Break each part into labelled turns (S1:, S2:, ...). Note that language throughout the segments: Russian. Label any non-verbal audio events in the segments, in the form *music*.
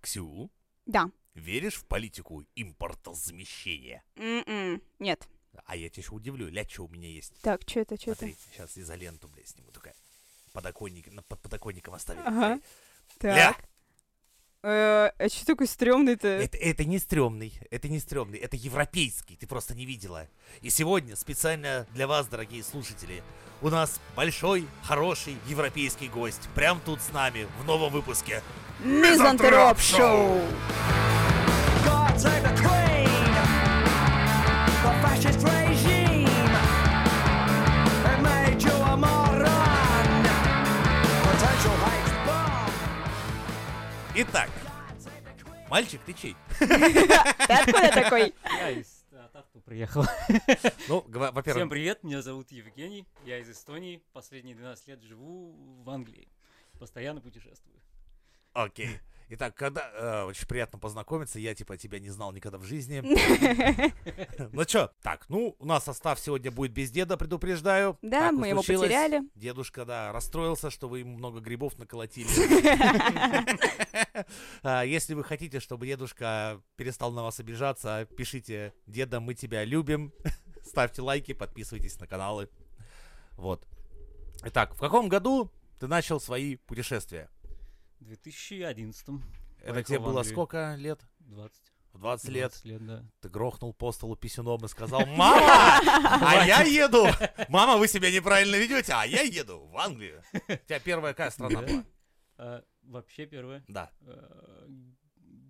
S1: Ксю,
S2: Да.
S1: веришь в политику импортозамещения?
S2: М-м, Нет.
S1: А я тебя еще удивлю, ля, что у меня есть.
S2: Так, что это, что это?
S1: Смотри, сейчас изоленту, бля, сниму такая. Подоконник, на- под подоконником оставили.
S2: Ага.
S1: Ля, Э,
S2: Так. Э, А что такой стрёмный-то?
S1: это, это не стрёмный, это не стрёмный, это европейский, ты просто не видела. И сегодня специально для вас, дорогие слушатели, у нас большой, хороший европейский гость. Прям тут с нами в новом выпуске. Мизантроп Шоу!
S3: God save the Queen, the fascist regime. It made you a moron, potential hate bomb.
S1: Итак, мальчик, ты чей?
S2: Ты откуда
S1: *laughs*
S2: такой?
S4: Я из э, Тарту *laughs* приехал.
S1: Ну, гва-
S4: Всем
S1: во-первых,
S4: привет, меня зовут Евгений, я из Эстонии, последние 12 лет живу в Англии, постоянно путешествую.
S1: окей. Итак, когда э, очень приятно познакомиться, я типа тебя не знал никогда в
S2: *laughs*
S1: жизни. Ну чё, так, ну у нас состав сегодня будет без деда, предупреждаю.
S2: Да,
S1: Так уж
S2: мы его
S1: случилось.
S2: потеряли.
S1: Дедушка, да, расстроился, что вы ему много грибов
S2: *laughs*
S1: наколотили. *laughs* А, Если вы хотите, чтобы дедушка перестал на вас обижаться, пишите «Деда, мы тебя любим», *laughs* ставьте лайки, подписывайтесь на каналы. Вот. Итак, в каком году ты начал свои путешествия?
S4: В 2011
S1: Это
S4: Поехал
S1: тебе
S4: в
S1: было
S4: Англию.
S1: сколько лет?
S4: 20
S1: В 20 лет.
S4: 20 лет, да.
S1: Ты грохнул по столу писюном и *laughs* сказал, «Мама, а я еду! *laughs* Мама, вы себя неправильно ведете, а я еду в Англию!» У тебя первая какая страна
S4: Да.
S1: была?
S4: *clears throat* А, вообще первое,
S1: *clears throat* Да.
S4: э,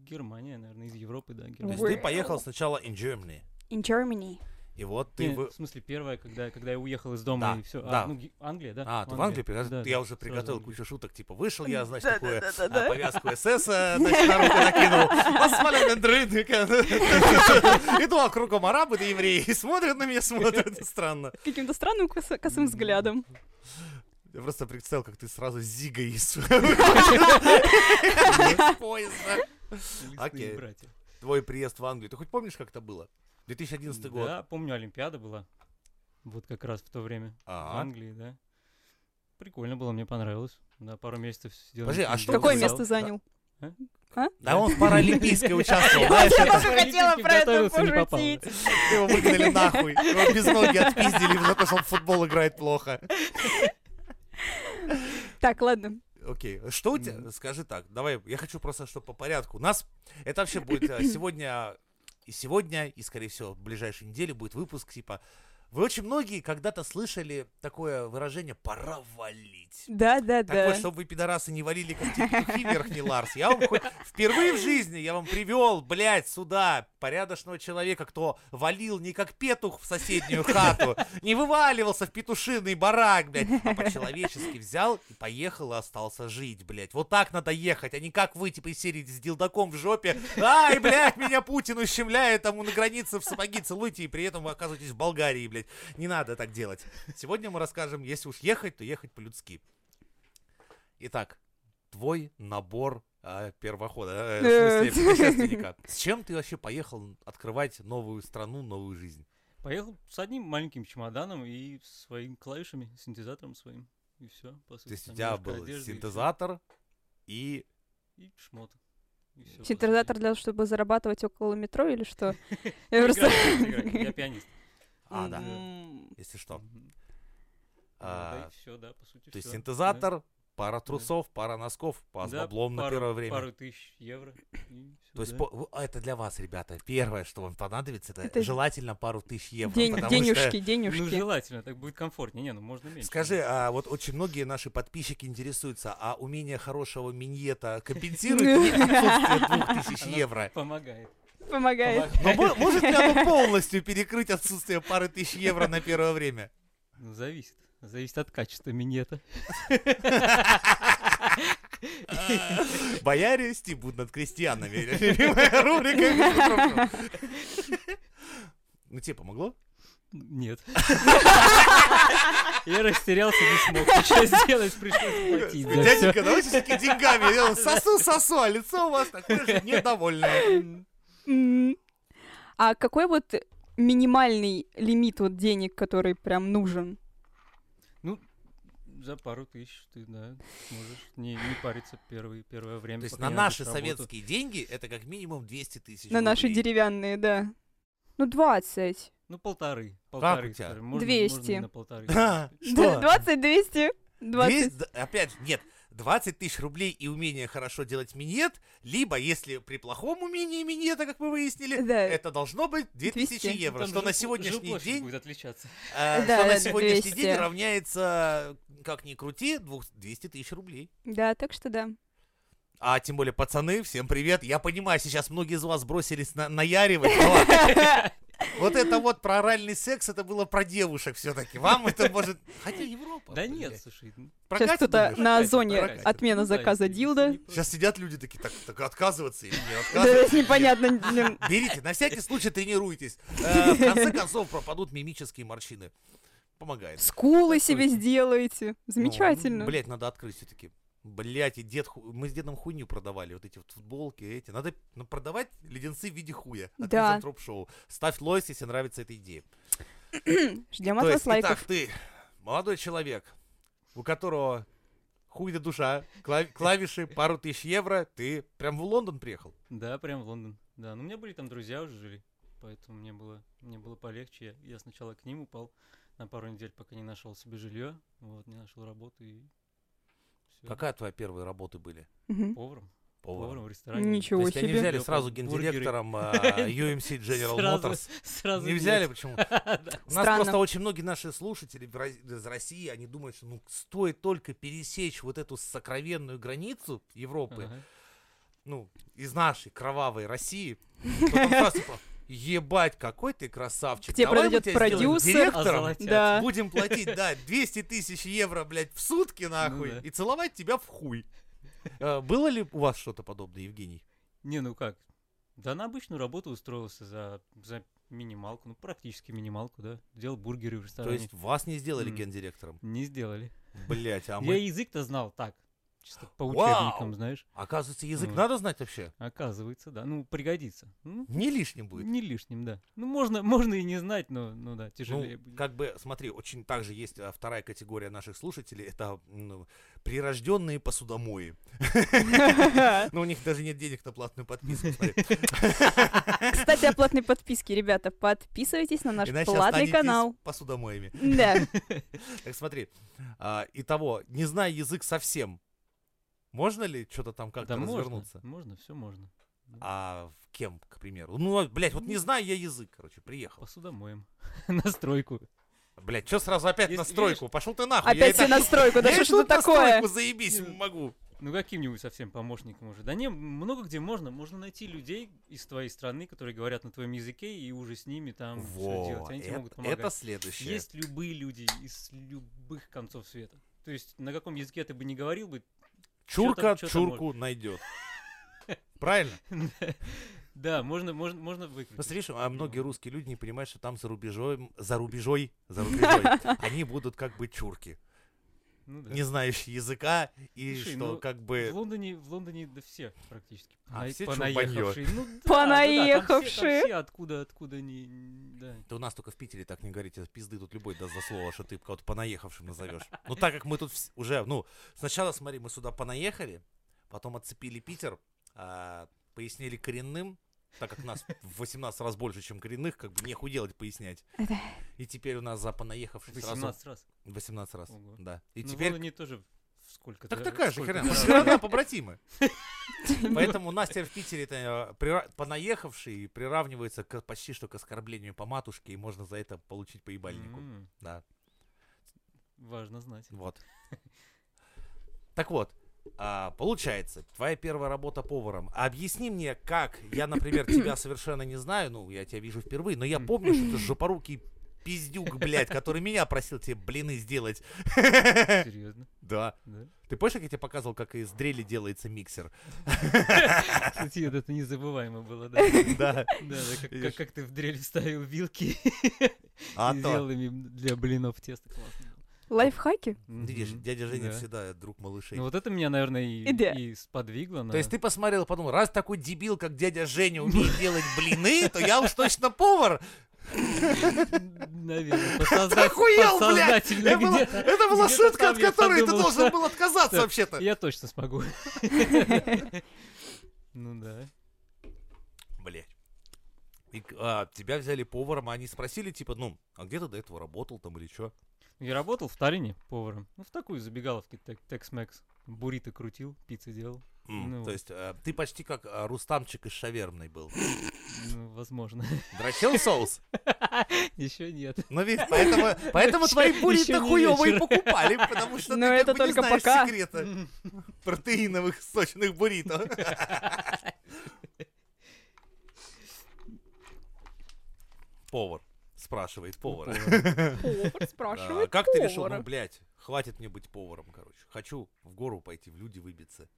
S4: Германия, наверное, из Европы, да,
S1: То
S4: Германия.
S1: есть ты поехал сначала in Germany.
S2: In Germany.
S1: И вот ты...
S4: Не,
S1: вы-
S4: в смысле, первое, когда, когда я уехал из дома
S1: Да,
S4: и все.
S1: да.
S4: А, ну, Ге- Англия, да?
S1: А, ты в Англии? приготовил?
S4: Да,
S1: я уже
S4: сразу
S1: приготовил
S4: Англия.
S1: кучу шуток, типа вышел я, значит,
S2: Да,
S1: такое,
S2: да, да,
S1: а,
S2: да.
S1: повязку СС,
S2: *laughs*
S1: а, значит, на руку накинул. Посмотрел на дрын- *laughs* Иду вокруг арабы, да евреи, и смотрят на меня, *laughs* смотрят, странно.
S2: Каким-то странным косо- косым взглядом.
S1: ну, Я просто представил, как ты сразу зигой из *laughs* из поезда.
S4: Лесные
S1: Окей.
S4: братья.
S1: Твой приезд в Англию. Ты хоть помнишь, как это было? 2011 год.
S4: Да, помню, Олимпиада была. Вот как раз в то время. В
S1: Ага.
S4: Англии, да. Прикольно было, мне понравилось. Да, пару месяцев сидел.
S1: Подожди,
S4: ничего
S1: а
S4: не
S1: что
S4: делал.
S2: Какое
S1: ты
S2: место
S1: сказал?
S2: занял?
S1: Да он в Паралимпийской участвовал, знаешь,
S2: Я
S1: это-
S2: только хотела про это
S4: Готовился, не попал.
S2: пошутить.
S1: его выгнали нахуй. Его без ноги отпиздили за то, что он в футбол играет плохо.
S2: Так, ладно.
S1: Окей, что у тебя?
S4: Мгм.
S1: Скажи так, давай, я хочу просто, чтобы по порядку. У нас, это вообще будет э, сегодня, и сегодня, и, скорее всего, в ближайшей неделе будет выпуск, типа, вы очень многие когда-то слышали такое выражение «пора валить».
S2: Да, да,
S1: Так вот,
S2: да.
S1: чтобы вы, пидорасы, не валили, как тетки верхний Ларс. Я вам хоть впервые в жизни, я вам привел, блядь, сюда порядочного человека, кто валил не как петух в соседнюю хату, не вываливался в петушиный барак, блядь, а по-человечески взял и поехал и остался жить, блядь. Вот так надо ехать, а не как вы, типа, из серии с дилдаком в жопе. Ай, блядь, меня Путин ущемляет, тому на границе в сапоги целуйте, и при этом вы оказываетесь в Болгарии, блядь. Не надо так делать. Сегодня мы расскажем, если уж ехать, то ехать по-людски. Итак, твой набор а, первохода, э, в
S2: Э.
S1: смысле путешественника. С чем ты вообще поехал открывать новую страну, новую жизнь?
S4: Поехал с одним маленьким чемоданом и своими клавишами, синтезатором своим. И все, по сути.
S1: То есть у
S4: там
S1: тебя
S4: немножко
S1: был
S4: одежды и всё.
S1: синтезатор и...
S4: И шмот. И всё, по
S2: Синтезатор
S4: сути.
S2: для того, чтобы зарабатывать около метро
S1: *laughs*
S2: или что? Я
S4: *laughs* Я
S2: просто...
S4: играю, просто *laughs* играю, Я пианист.
S1: А, да,
S2: М,
S1: если что.
S4: Мгм. Ну,
S1: А,
S4: да, все, да, по сути.
S1: То есть
S4: всё, да.
S1: синтезатор, пара трусов, пара носков, по
S4: Да,
S1: баблом на
S4: пару-
S1: первое время.
S4: Пару тысяч евро. и всё,
S1: То есть
S4: да.
S1: по- вы- а, это для вас, ребята. Первое, что вам понадобится, это,
S2: Это-
S1: желательно пару тысяч евро.
S2: день-
S1: потому что-
S2: Денежки,
S4: Ну,
S2: денежки.
S4: желательно, так будет комфортнее. Не, ну можно меньше.
S1: Скажи, а вот очень многие наши подписчики интересуются, а умение хорошего миньета компенсирует отсутствие двух тысяч
S4: Оно *laughs*
S1: евро?
S4: Помогает.
S2: Помогает.
S1: Но
S4: помогает.
S1: мо- может ли оно полностью перекрыть отсутствие пары тысяч евро на первое
S4: *laughs*
S1: время?
S4: Ну, зависит. Зависит от качества минета.
S1: Бояре стебут над крестьянами. Любимая рубрика. Между прочим. Ну тебе помогло?
S4: Нет. *laughs* Я растерялся, не смог. Что сделать, пришлось платить. за всё.
S1: Дяденька, давайте все-таки деньгами.
S4: *laughs*
S1: Я Сосу, сосу, а лицо у вас такое же недовольное.
S2: М. А какой вот минимальный лимит вот денег, который прям нужен?
S4: Ну, за пару тысяч ты, да, можешь не, не париться первый, первое время.
S1: То есть
S4: пока
S1: на
S4: не
S1: наши
S4: найдешь работу.
S1: советские деньги это как минимум 200 тысяч
S2: На
S1: *laughs*
S2: наши
S1: рублей.
S2: деревянные, да. Ну, 20.
S4: Ну, полторы. Полторы,
S1: у тебя?
S4: скажем, можно-
S2: 200.
S4: можно на полторы.
S1: Да,
S2: Да, *laughs*
S1: Что?
S2: 20, 200. 20.
S1: 200, да, опять же, нет, 20 тысяч рублей и умение хорошо делать минет, либо, если при плохом умении минета, как мы выяснили,
S2: Да.
S1: это должно быть 2000
S2: 200.
S1: евро,
S4: Там
S1: что на
S4: жилпло-
S1: сегодняшний
S4: жилплощадь
S1: день,
S4: будет отличаться.
S1: э,
S2: Да,
S1: что на
S2: да,
S1: сегодняшний день
S2: 200.
S1: равняется, как ни крути, двух- 200 тысяч рублей.
S2: Да, так что да.
S1: А тем более, пацаны, всем привет. Я понимаю, сейчас многие из вас бросились на- наяривать,
S2: *laughs*
S1: но Вот это вот про оральный секс, это было про девушек все-таки. Вам это может... Хотя Европа.
S4: Да
S1: блядь.
S4: нет, слушай. ну,
S1: Прокатит,
S2: Сейчас кто-то
S1: думаешь?
S2: на
S4: прокатит,
S2: Озоне
S4: прокатит.
S2: отмена
S4: Ну да,
S2: заказа
S4: если- если
S2: дилда.
S4: не про-
S1: Сейчас сидят люди такие, так, так отказываться или не
S2: Да,
S1: отказываться?
S2: это
S1: *laughs*
S2: непонятно. блин.
S1: Берите, на всякий случай тренируйтесь. Э, В конце концов пропадут мимические морщины. Помогает.
S2: Скулы себе сделаете. Замечательно.
S1: Блять, Ну, надо открыть все-таки. Блять, и дед ху- мы с дедом хуйню продавали, вот эти вот футболки, эти. Надо ну, продавать леденцы в виде хуя. От
S2: Да.
S1: Мизантроп шоу. Ставь лойс, если нравится эта идея.
S2: Ждем от
S1: То
S2: вас
S1: есть, итак,
S2: лайков.
S1: ты молодой человек, у которого хуй до душа, кла- клавиши, пару тысяч евро, ты прям в Лондон приехал.
S4: Да, прям в Лондон. Да, ну у меня были там друзья уже жили, поэтому мне было, мне было полегче. Я, я сначала к ним упал на пару недель, пока не нашел себе жилье, вот, не нашел работу и все.
S1: Какая твоя первые работы были?
S2: Мгм.
S4: Поваром.
S1: Поваром.
S4: Поваром в ресторане.
S1: То
S2: Ничего
S1: есть тебя не
S2: себе.
S1: взяли
S4: Лёпал
S1: сразу
S4: бургеры.
S1: гендиректором
S4: *laughs*
S1: а, UMC General
S4: Сразу-
S1: Motors?
S4: Сразу
S1: Не
S4: нет.
S1: взяли почему?
S4: *laughs* Да.
S1: У нас
S2: Странно.
S1: просто очень многие наши слушатели в Ро- из России, они думают, что ну стоит только пересечь вот эту сокровенную границу Европы,
S4: Ага.
S1: ну, из нашей кровавой России, то там сразу типа, ебать, какой ты красавчик.
S2: К тебе
S1: давай мы
S2: подойдет
S1: тебя сделаем
S2: продюсер.
S4: А
S1: директором,
S4: Озолотят.
S2: Да.
S1: будем платить, да, 200 тысяч евро, блядь, в сутки нахуй,
S4: Ну да.
S1: и целовать тебя в хуй. Э, Было ли у вас что-то подобное, Евгений?
S4: Не, ну как? Да на обычную работу устроился за, за минималку, ну практически минималку, да. Делал бургеры в
S1: То
S4: ресторане.
S1: есть вас не сделали
S4: М.
S1: гендиректором?
S4: Не сделали.
S1: Блять, а
S4: Я
S1: мы...
S4: язык-то знал так, чисто по
S1: Вау!
S4: учебникам, знаешь.
S1: Оказывается, язык
S4: Вот.
S1: надо знать вообще?
S4: Оказывается, да. Ну, пригодится. Ну,
S1: Не лишним будет.
S4: Не лишним, да. Ну, можно, *laughs* можно и не знать, но, ну да, тяжелее
S1: Ну,
S4: будет.
S1: как бы, смотри, очень также есть а, вторая категория наших слушателей, это ну, прирожденные посудомои. Но у них даже нет денег на платную подписку, смотри.
S2: *laughs* Кстати, о платной подписке, ребята. Подписывайтесь на *laughs* наш
S1: Иначе
S2: платный
S1: останетесь
S2: канал.
S1: посудомоями. *laughs*
S2: Да.
S1: Так смотри, а, итого, не зная язык совсем, можно ли что-то там как-то
S4: да можно,
S1: развернуться?
S4: можно, все можно.
S1: А в кем, к примеру? Ну, а, блядь, вот не знаю я язык, короче, приехал.
S4: Посудомоем. *laughs* На стройку.
S1: Блядь, что сразу опять
S4: Если
S1: на стройку? Пошел ты нахуй. я и
S2: Опять
S1: так-
S2: себе
S1: *laughs*
S2: настройку. Да
S1: я и
S2: что ж это
S1: тут на
S2: такое?
S1: стройку, заебись, могу.
S4: Ну, каким-нибудь совсем помощником уже. Да не, много где можно. Можно найти людей из твоей страны, которые говорят на твоем языке, и уже с ними там всё делать.
S1: Во,
S4: Они тебе
S1: эт-
S4: могут помогать.
S1: это следующее.
S4: Есть любые люди из любых концов света. То есть на каком языке ты бы не говорил бы, *laughs*
S1: Чурка
S4: Чё там- чё там
S1: чурку найдет. *laughs* Правильно?
S4: да, можно, можно, можно выкрутить.
S1: Просто видишь, а многие
S4: Ну.
S1: русские люди не понимают, что там за рубежом, за рубежой, за рубежой, они будут как бы чурки,
S4: Ну да.
S1: не знающие языка, и
S4: Слушай,
S1: что
S4: ну,
S1: как
S4: В
S1: бы...
S4: Лондоне, в Лондоне да все практически.
S1: А,
S4: Най-
S1: все
S4: понаехавшие. Ну, да, да, да, там все-
S2: Понаехавшие.
S4: там все откуда, откуда не... не- Да.
S1: Да у нас только в Питере так не говорите, пизды тут любой даст за слово, что ты кого-то понаехавшим назовешь. Ну так как мы тут вс- уже, ну, сначала, смотри, мы сюда понаехали, потом отцепили Питер, а, пояснили коренным, так как нас в 18 раз больше, чем коренных, как бы нехуй делать, пояснять. И теперь у нас за понаехавших сразу
S4: 18 раз.
S1: 18 раз,
S4: Ого.
S1: да. И
S4: ну,
S1: теперь...
S4: в Лондоне тоже в Э, сколько
S1: Так такая же хрена. Мы же
S4: Да,
S1: города
S4: *laughs*
S1: побратимы. Поэтому у нас теперь в Питере это э, понаехавший приравнивается к- почти что к оскорблению по матушке, и можно за это получить поебальнику. Да,
S4: Важно знать.
S1: вот. Так вот, а, получается, твоя первая работа поваром. Объясни мне, как, я, например,
S4: *clears throat*
S1: тебя совершенно не знаю, ну, я тебя вижу впервые, но я
S4: Мгм.
S1: помню,
S4: *clears throat*
S1: что ты жопорукий пиздюк, блядь, который меня просил тебе блины сделать.
S4: Серьезно,
S1: Да.
S4: да.
S1: Ты помнишь, как я тебе показывал, как из дрели делается миксер?
S4: Кстати, вот это незабываемо
S1: *laughs*
S4: было, да.
S1: Да.
S4: Да, да, как-
S1: Видишь?
S4: как, как ты в дрель вставил вилки
S1: А
S4: и
S1: то.
S4: сделал ими для блинов тесто. Классно было.
S2: Лайфхаки?
S1: Ну, Видишь,
S4: Мгм,
S1: дядя Женя
S4: да.
S1: всегда друг малышей.
S4: Ну вот это меня, наверное, и,
S2: Идея.
S4: и сподвигло.
S1: То есть ты
S4: *laughs*
S1: посмотрел и подумал, раз такой дебил, как дядя Женя, умеет делать блины, то я уж точно повар.
S4: *laughs* Наверное, подсозда-
S1: Охуел,
S4: *laughs*
S1: блядь!
S4: подсознательно
S1: Это была-
S4: где-то.
S1: это была
S4: где-то
S1: шутка,
S4: там
S1: от
S4: я
S1: которой ты
S4: подумал,
S1: должен
S4: что
S1: был отказаться
S4: Так,
S1: вообще-то.
S4: Я точно смогу. *laughs* Ну да.
S1: Блять. И, к- а, тебя взяли поваром, а они спросили, типа, ну, а где ты до этого работал там или что?
S4: Я работал в Таллине поваром. Ну, в такую забегаловке тек- Tex-Mex. Буррито крутил, пиццы делал. Ну.
S1: То есть а, ты почти как а, Рустамчик из шавермной был.
S4: Ну, возможно. *laughs*
S1: Дрочил соус?
S4: Еще нет.
S1: Ну, видишь, поэтому, поэтому твои
S4: Ещё-
S1: бури-то
S4: ещё не
S1: хуёвые
S4: вечер.
S1: покупали, потому что ты
S2: Но
S1: как
S2: это
S1: бы
S2: только
S1: не знаешь
S2: пока.
S1: секрета протеиновых сочных буррито. Повар. Спрашивает повара.
S2: Повар
S1: А,
S2: спрашивает
S1: Как ты решил, ну,
S2: повара.
S1: блядь, хватит мне быть поваром, короче. Хочу в гору пойти, в люди выбиться.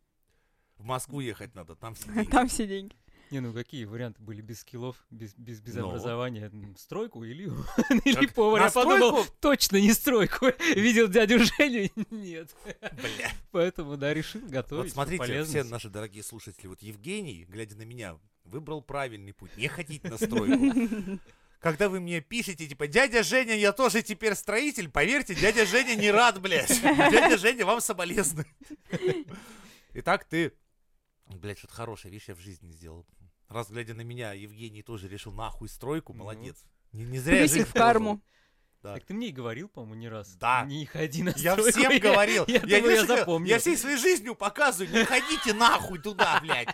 S1: В Москву ехать надо, там все деньги.
S2: Там все деньги.
S4: Не, ну какие варианты были без скиллов, без, без, без
S1: Ну.
S4: образования? М, Стройку или, *laughs* или
S1: Так,
S4: повар?
S1: на
S4: Я подумал,
S1: стройку?
S4: точно не стройку. *laughs* Видел дядю Женю? Нет.
S1: Бля.
S4: Поэтому, да, решил
S1: Вот
S4: готовить. всё
S1: смотрите,
S4: полезно.
S1: все наши дорогие слушатели, вот Евгений, глядя на меня, выбрал правильный путь. Не ходить на стройку.
S2: *laughs*
S1: Когда вы мне пишете, типа, дядя Женя, я тоже теперь строитель, поверьте, дядя Женя не рад,
S2: *laughs*
S1: блядь. Дядя Женя вам соболезны. Итак, ты... Блядь, что-то хорошее, видишь, я в жизни сделал. Раз, глядя на меня, Евгений тоже решил нахуй стройку,
S4: Ну.
S1: молодец. Не, не зря я
S2: Плюсик
S1: жизнь
S2: в карму.
S1: Да.
S4: Так ты мне и говорил, по-моему, не раз.
S1: Да.
S4: Не ходи на
S1: Я
S4: стройку.
S1: всем говорил.
S4: *laughs* Я, думаю,
S1: видишь,
S4: я
S1: как-
S4: запомнил.
S1: Я всей своей жизнью показываю. Не ходите нахуй туда, блядь.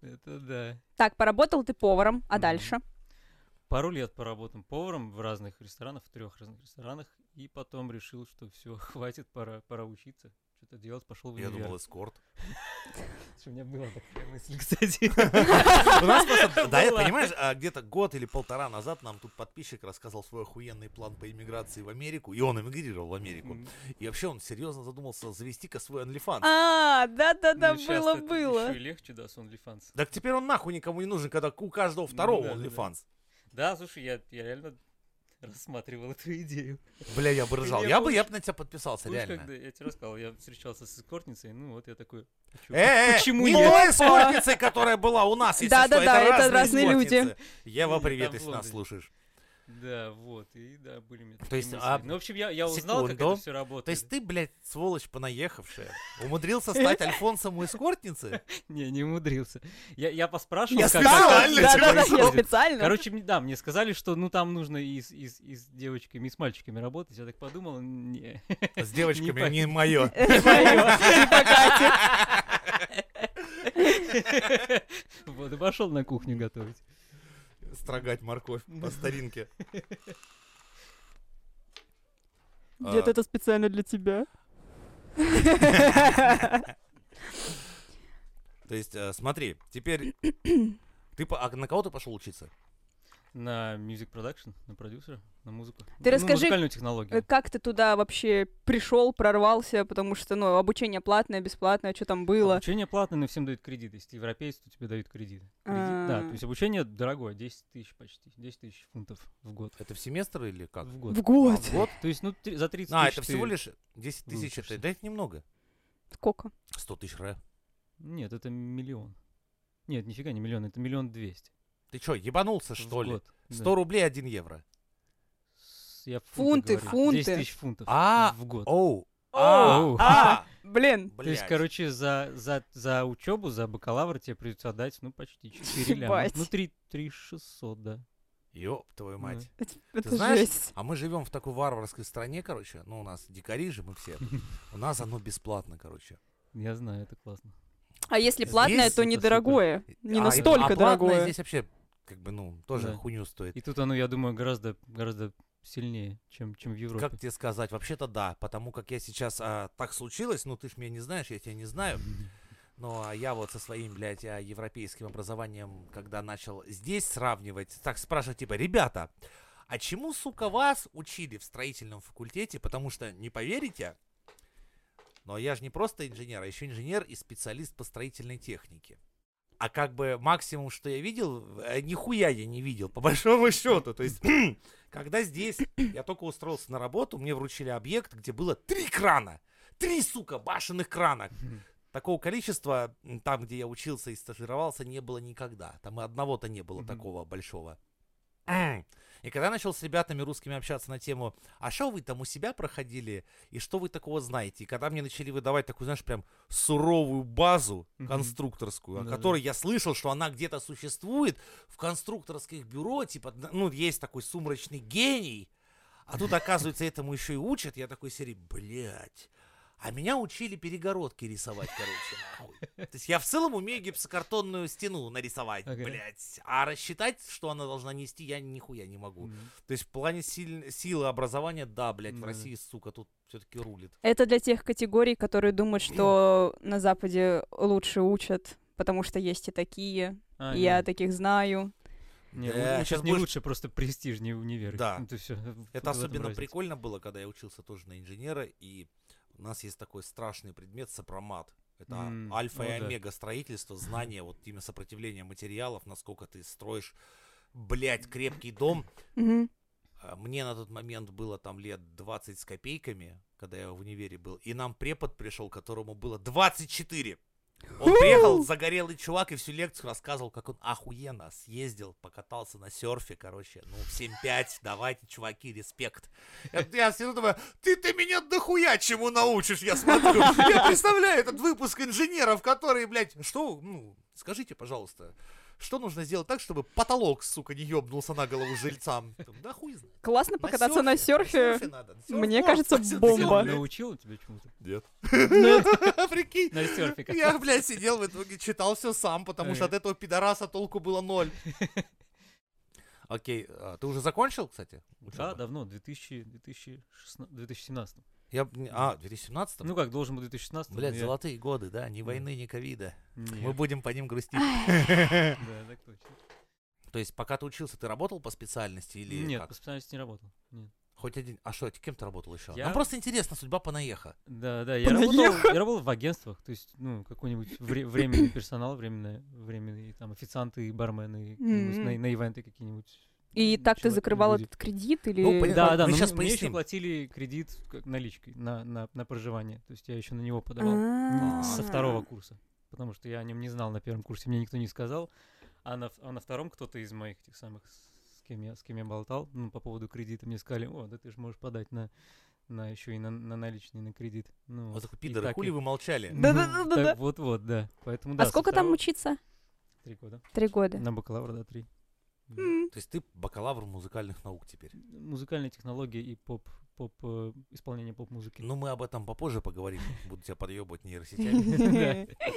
S4: Это да.
S2: Так, поработал ты поваром, а
S4: Мгм.
S2: дальше?
S4: Пару лет поработал поваром в разных ресторанах, в трех разных ресторанах. И потом решил, что все, *laughs* хватит, пора, пора учиться. Что-то делать, пошел в
S1: Я
S4: универ.
S1: думал, эскорт.
S4: *laughs* У меня была такая мысль, *laughs* кстати.
S1: У нас просто, да,
S4: Была.
S1: понимаешь, а, где-то год или полтора назад нам тут подписчик рассказал свой охуенный план по иммиграции в Америку, и он эмигрировал в Америку.
S4: М.
S1: И вообще он серьезно задумался завести-ка свой OnlyFans.
S2: А, да-да-да,
S4: Ну, щас-то это
S2: было-было.
S4: ещё и легче, да, с OnlyFans.
S1: Так теперь он нахуй никому не нужен, когда у каждого второго
S4: Ну да, да, да.
S1: OnlyFans.
S4: Да, слушай, я, я реально рассматривал эту идею.
S1: Бля, я бы ржал.
S4: Я
S1: Я бы,
S4: помню,
S1: я бы на тебя подписался,
S4: Помнишь,
S1: реально.
S4: когда я тебе рассказал, я встречался с эскортницей, ну вот я такой... а чё,
S1: Э, э,
S4: Почему
S1: не
S4: нет? *laughs*
S1: той эскортницей, которая была у нас, если что,
S2: Да-да-да, это разные
S1: эскортницы.
S2: люди.
S1: Ева,
S4: Или
S1: привет,
S4: там
S1: если
S4: в
S1: нас
S4: Лондоне.
S1: слушаешь.
S4: Да, вот, и да, были мне
S1: То
S4: такие
S1: есть,
S4: мысли.
S1: а,
S4: Ну, в общем, я, я узнал, как это
S1: секунду.
S4: все работает.
S1: То есть ты, блядь, сволочь понаехавшая, умудрился
S4: *laughs*
S1: стать Альфонсом у эскортницы?
S4: Не, не умудрился. Я, я поспрашивал,
S1: Я
S4: как-
S1: специально
S4: как-
S1: тебе
S2: Да-да-да, я
S1: происходит?
S2: специально.
S4: Короче, мне- да, мне сказали, что ну там нужно и с, и с- и с девочками, и с мальчиками работать. Я так подумал, не. *laughs*
S1: С девочками
S4: пойду.
S1: не мое.
S4: Вот, и пошел на кухню готовить.
S1: *laughs* Строгать морковь по
S2: *laughs*
S1: старинке.
S2: Дед,
S1: А,
S2: это специально для тебя.
S1: То есть, э, смотри, теперь... Ты по- а на кого ты пошел учиться?
S4: На music production, на продюсера, на музыку.
S2: Ты
S4: Ну,
S2: расскажи,
S4: музыкальную
S2: Э,
S4: технологию.
S2: Как ты туда вообще пришел, прорвался, потому что, ну, обучение платное, бесплатное, что там было?
S4: Обучение платное, но всем дают кредит. Если ты европеец, то тебе дают кредит. Кредит, Да,
S2: А.
S4: то есть обучение дорогое, 10 тысяч почти, 10 тысяч фунтов в год.
S1: Это в семестр или как?
S4: В год.
S2: В год.
S1: А, Вот.
S4: То есть, ну, три- за 30
S1: А, это
S4: тысяч ты-
S1: всего лишь 10 тысяч. Это,
S4: выучишься.
S1: да это немного.
S2: Сколько?
S1: 100 тысяч ре.
S4: Нет, это миллион. Нет, нифига не миллион, это миллион двести.
S1: Ты что, ебанулся,
S4: в
S1: что ли?
S4: год,
S1: 100
S4: да.
S1: рублей 1 евро.
S4: С- Я
S2: Фунты,
S4: говорю.
S2: фунты.
S4: 10 тысяч фунтов
S1: А,
S4: в год.
S1: Оу.
S4: Оу.
S1: А, а,
S2: Блин,
S4: *laughs* То есть,
S1: блядь.
S4: короче, за, за, за учебу, за бакалавр тебе придется отдать, ну, почти
S2: *laughs*
S4: 4 ляма.
S2: Ебать.
S4: Ну, 3, 3 600, да.
S1: Ёб твою мать.
S2: это, это
S1: знаешь,
S2: жесть.
S1: А мы живем в такой варварской стране, короче. Ну, у нас дикари же мы
S2: *laughs*
S1: все. У нас оно бесплатно, короче.
S4: Я знаю, это классно.
S2: А если
S1: здесь
S2: платное, то
S4: это
S2: недорогое.
S1: А, и-
S2: Не
S1: а
S2: настолько
S1: платное
S2: дорогое.
S1: здесь вообще, как бы, ну, тоже
S4: Да.
S1: хуйню стоит.
S4: И тут оно, я думаю, гораздо, гораздо сильнее, чем, чем в Европе.
S1: *laughs* Как тебе сказать? Вообще-то да, потому как я сейчас... а, так случилось, ну, ты ж меня не знаешь, я тебя не знаю. Ну, а я вот со своим, блядь, а, европейским образованием, когда начал здесь сравнивать, так спрашивать, типа, ребята, а чему, сука, вас учили в строительном факультете? Потому что, не поверите, но я же не просто инженер, а еще инженер и специалист по строительной технике. А как бы максимум, что я видел, э, нихуя я не видел, по большому *laughs* счету. То есть, *clears throat* когда здесь я только устроился на работу, мне вручили объект, где было три крана. Три, сука, башенных крана. такого количества, м, там, где я учился и стажировался, не было никогда. Там и одного-то не было
S4: Мгм.
S1: такого большого. И когда я начал с ребятами русскими общаться на тему, а что вы там у себя проходили, и что вы такого знаете? И когда мне начали выдавать такую, знаешь, прям суровую базу
S4: Мгм.
S1: конструкторскую, о
S4: Да-да.
S1: которой я слышал, что она где-то существует, в конструкторских бюро, типа, н- ну, есть такой сумрачный гений, а тут, оказывается, этому еще и учат. Я такой серии, блядь. А меня учили перегородки рисовать, короче, нахуй. То есть я в целом умею гипсокартонную стену нарисовать,
S4: Ага.
S1: блядь. А рассчитать, что она должна нести, я нихуя не могу.
S4: Мгм.
S1: То есть в плане силь- силы образования, да, блядь, в
S4: Да.
S1: России, сука, тут все-таки рулит.
S2: Это для тех категорий, которые думают, что на Западе лучше учат, потому что есть и такие,
S4: А,
S2: и я
S4: не,
S2: таких знаю.
S4: не,
S1: Да,
S4: лу-
S1: Э, щас
S4: сейчас не
S1: будешь-
S4: лучше, просто престижнее универы. *laughs*
S1: Да.
S4: Это, Ну, всё, в- в
S1: Это
S4: этом
S1: особенно
S4: разница.
S1: прикольно было, когда я учился тоже на инженера, и у нас есть такой страшный предмет сопромат. Это
S4: М,
S1: альфа и
S4: о, да.
S1: омега строительство, знание, вот именно сопротивление материалов, насколько ты строишь, блядь, крепкий дом.
S2: Мгм.
S1: А Мне на тот момент было там лет 20 с копейками, когда я в универе был, и нам препод пришел, которому было 24. Он приехал, загорелый чувак, и всю лекцию рассказывал, как он охуенно съездил, покатался на серфе, короче, ну, в 7-5, давайте, чуваки, респект. Я, я всегда думаю, ты, ты меня дохуя чему научишь, я смотрю. Я представляю этот выпуск инженеров, которые, блядь, что, ну, скажите, пожалуйста, что нужно сделать так, чтобы потолок, сука, не ёбнулся на голову жильцам? Там, Да хуй знает.
S2: Классно покататься на серфе.
S1: надо, на
S2: Мне
S1: серфборд,
S2: кажется,
S1: на серфе.
S2: бомба.
S4: Ты научила тебя чему-то?
S1: Нет.
S4: Нет.
S1: *laughs* Прикинь.
S4: *laughs* На серфе
S1: ну Я, блядь, сидел в итоге, читал все сам, потому что от
S4: Ага.
S1: этого пидораса толку было ноль. *laughs* Окей, а ты уже закончил, кстати?
S4: Да,
S1: учёбу?
S4: давно, 2000, 2016, 2017.
S1: Я... б не- А, в 2017
S4: Ну как, должен был 2016. но
S1: Блядь,
S4: я-
S1: золотые годы, да, ни
S4: Да.
S1: войны, ни ковида.
S4: Нет,
S1: Мы будем по ним грустить.
S4: Да, так точно.
S1: То есть, пока ты учился, ты работал по специальности или
S4: Нет,
S1: как?
S4: по специальности не работал. Нет.
S1: Хоть один. А что, кем ты работал еще?
S4: Я-
S1: Нам просто интересно, судьба панаеха.
S4: Да, да, я работал, я работал в агентствах, то есть, ну, какой-нибудь вре- временный персонал, временные, временные там официанты и бармены, какие-нибудь на,
S2: Мгм.
S4: на ивенты какие-нибудь.
S2: И так ты
S4: человек не
S2: закрывал
S4: будет.
S2: этот кредит или...
S1: Ну, понятно.
S4: Да,
S1: Мы
S4: да, но
S1: щас
S4: сейчас мне еще
S1: поясним.
S4: платили кредит как наличкой на, на, на проживание, то есть я еще на него подавал
S2: А.
S4: Ну, со второго курса, потому что я о нем не знал на первом курсе, мне никто не сказал, а на, в- а на втором кто-то из моих тех самых, с кем я, с кем я болтал, ну, по поводу кредита, мне сказали, о, да ты же можешь подать на, на еще и на, на наличный, на кредит. Ну,
S1: Вот такой
S4: и
S1: пидор,
S4: так
S1: хули
S4: я- *laughs*
S1: вы молчали?
S2: Да-да-да-да-да.
S4: Ну, так Вот-вот, да. Поэтому, да,
S2: А
S4: со
S2: сколько там
S4: второго-
S2: учиться?
S4: Три года.
S2: Три года. Хм.
S4: На бакалавра, да, три.
S2: М.
S1: То есть ты бакалавр музыкальных наук теперь.
S4: Музыкальная технология и поп, поп э, исполнение поп-музыки.
S1: Ну, мы об этом попозже поговорим. *laughs* Буду тебя подъебывать нейросетями.
S4: *laughs* *laughs* Да.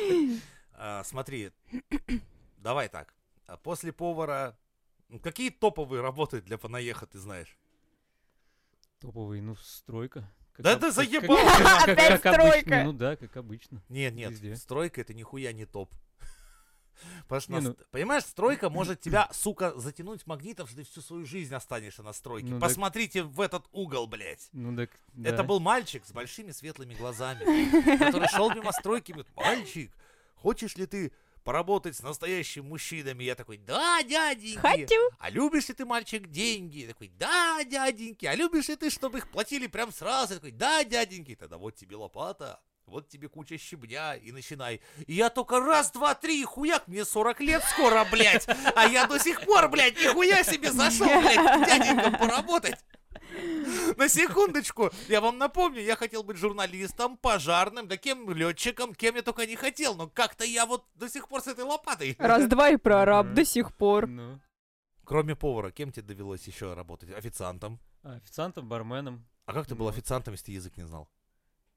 S1: А, Смотри, *clears throat* давай так. А После повара... м, Какие топовые работы для панаеха ты знаешь?
S4: Топовый, ну, стройка. Как
S1: Да
S4: об-
S1: ты
S4: как- как-
S1: заебал!
S4: как-
S2: Опять
S4: как обычно,
S2: стройка!
S4: Ну да, как обычно.
S1: Нет, нет,
S4: Везде.
S1: стройка это нихуя не топ. *laughs* Потому что
S4: Не,
S1: на
S4: ну-
S1: ст- Понимаешь,
S4: *clears throat*
S1: стройка может тебя, сука, затянуть магнитом, что ты всю свою жизнь останешься на стройке.
S4: Ну так-
S1: Посмотрите в этот угол, блядь.
S4: Ну так,
S1: Это
S4: да.
S1: был мальчик с большими светлыми глазами, который шел мимо стройки и говорит, мальчик, хочешь ли ты поработать с настоящим мужчинами? Я такой, да, дяденьки.
S2: Хочу.
S1: А любишь ли ты, мальчик, деньги? Я такой, да, дяденьки. А любишь ли ты, чтобы их платили прям сразу? Я такой, да, дяденьки. Тогда вот тебе лопата, вот тебе куча щебня, и начинай. И я только раз, два, три, и хуяк, мне 40 лет скоро, блядь. А я до сих пор, блядь, нихуя себе зашел, блядь, к дяденькам поработать. На секундочку, я вам напомню, я хотел быть журналистом, пожарным, да кем летчиком, кем я только не хотел, но как-то я вот до сих пор с этой лопатой.
S2: Раз-два и прораб
S4: Мгм.
S2: до сих пор.
S4: Ну,
S1: Кроме повара, кем тебе довелось еще работать? Официантом?
S4: а, официантом, барменом.
S1: А как ты был
S4: Ну.
S1: официантом, если ты язык не знал?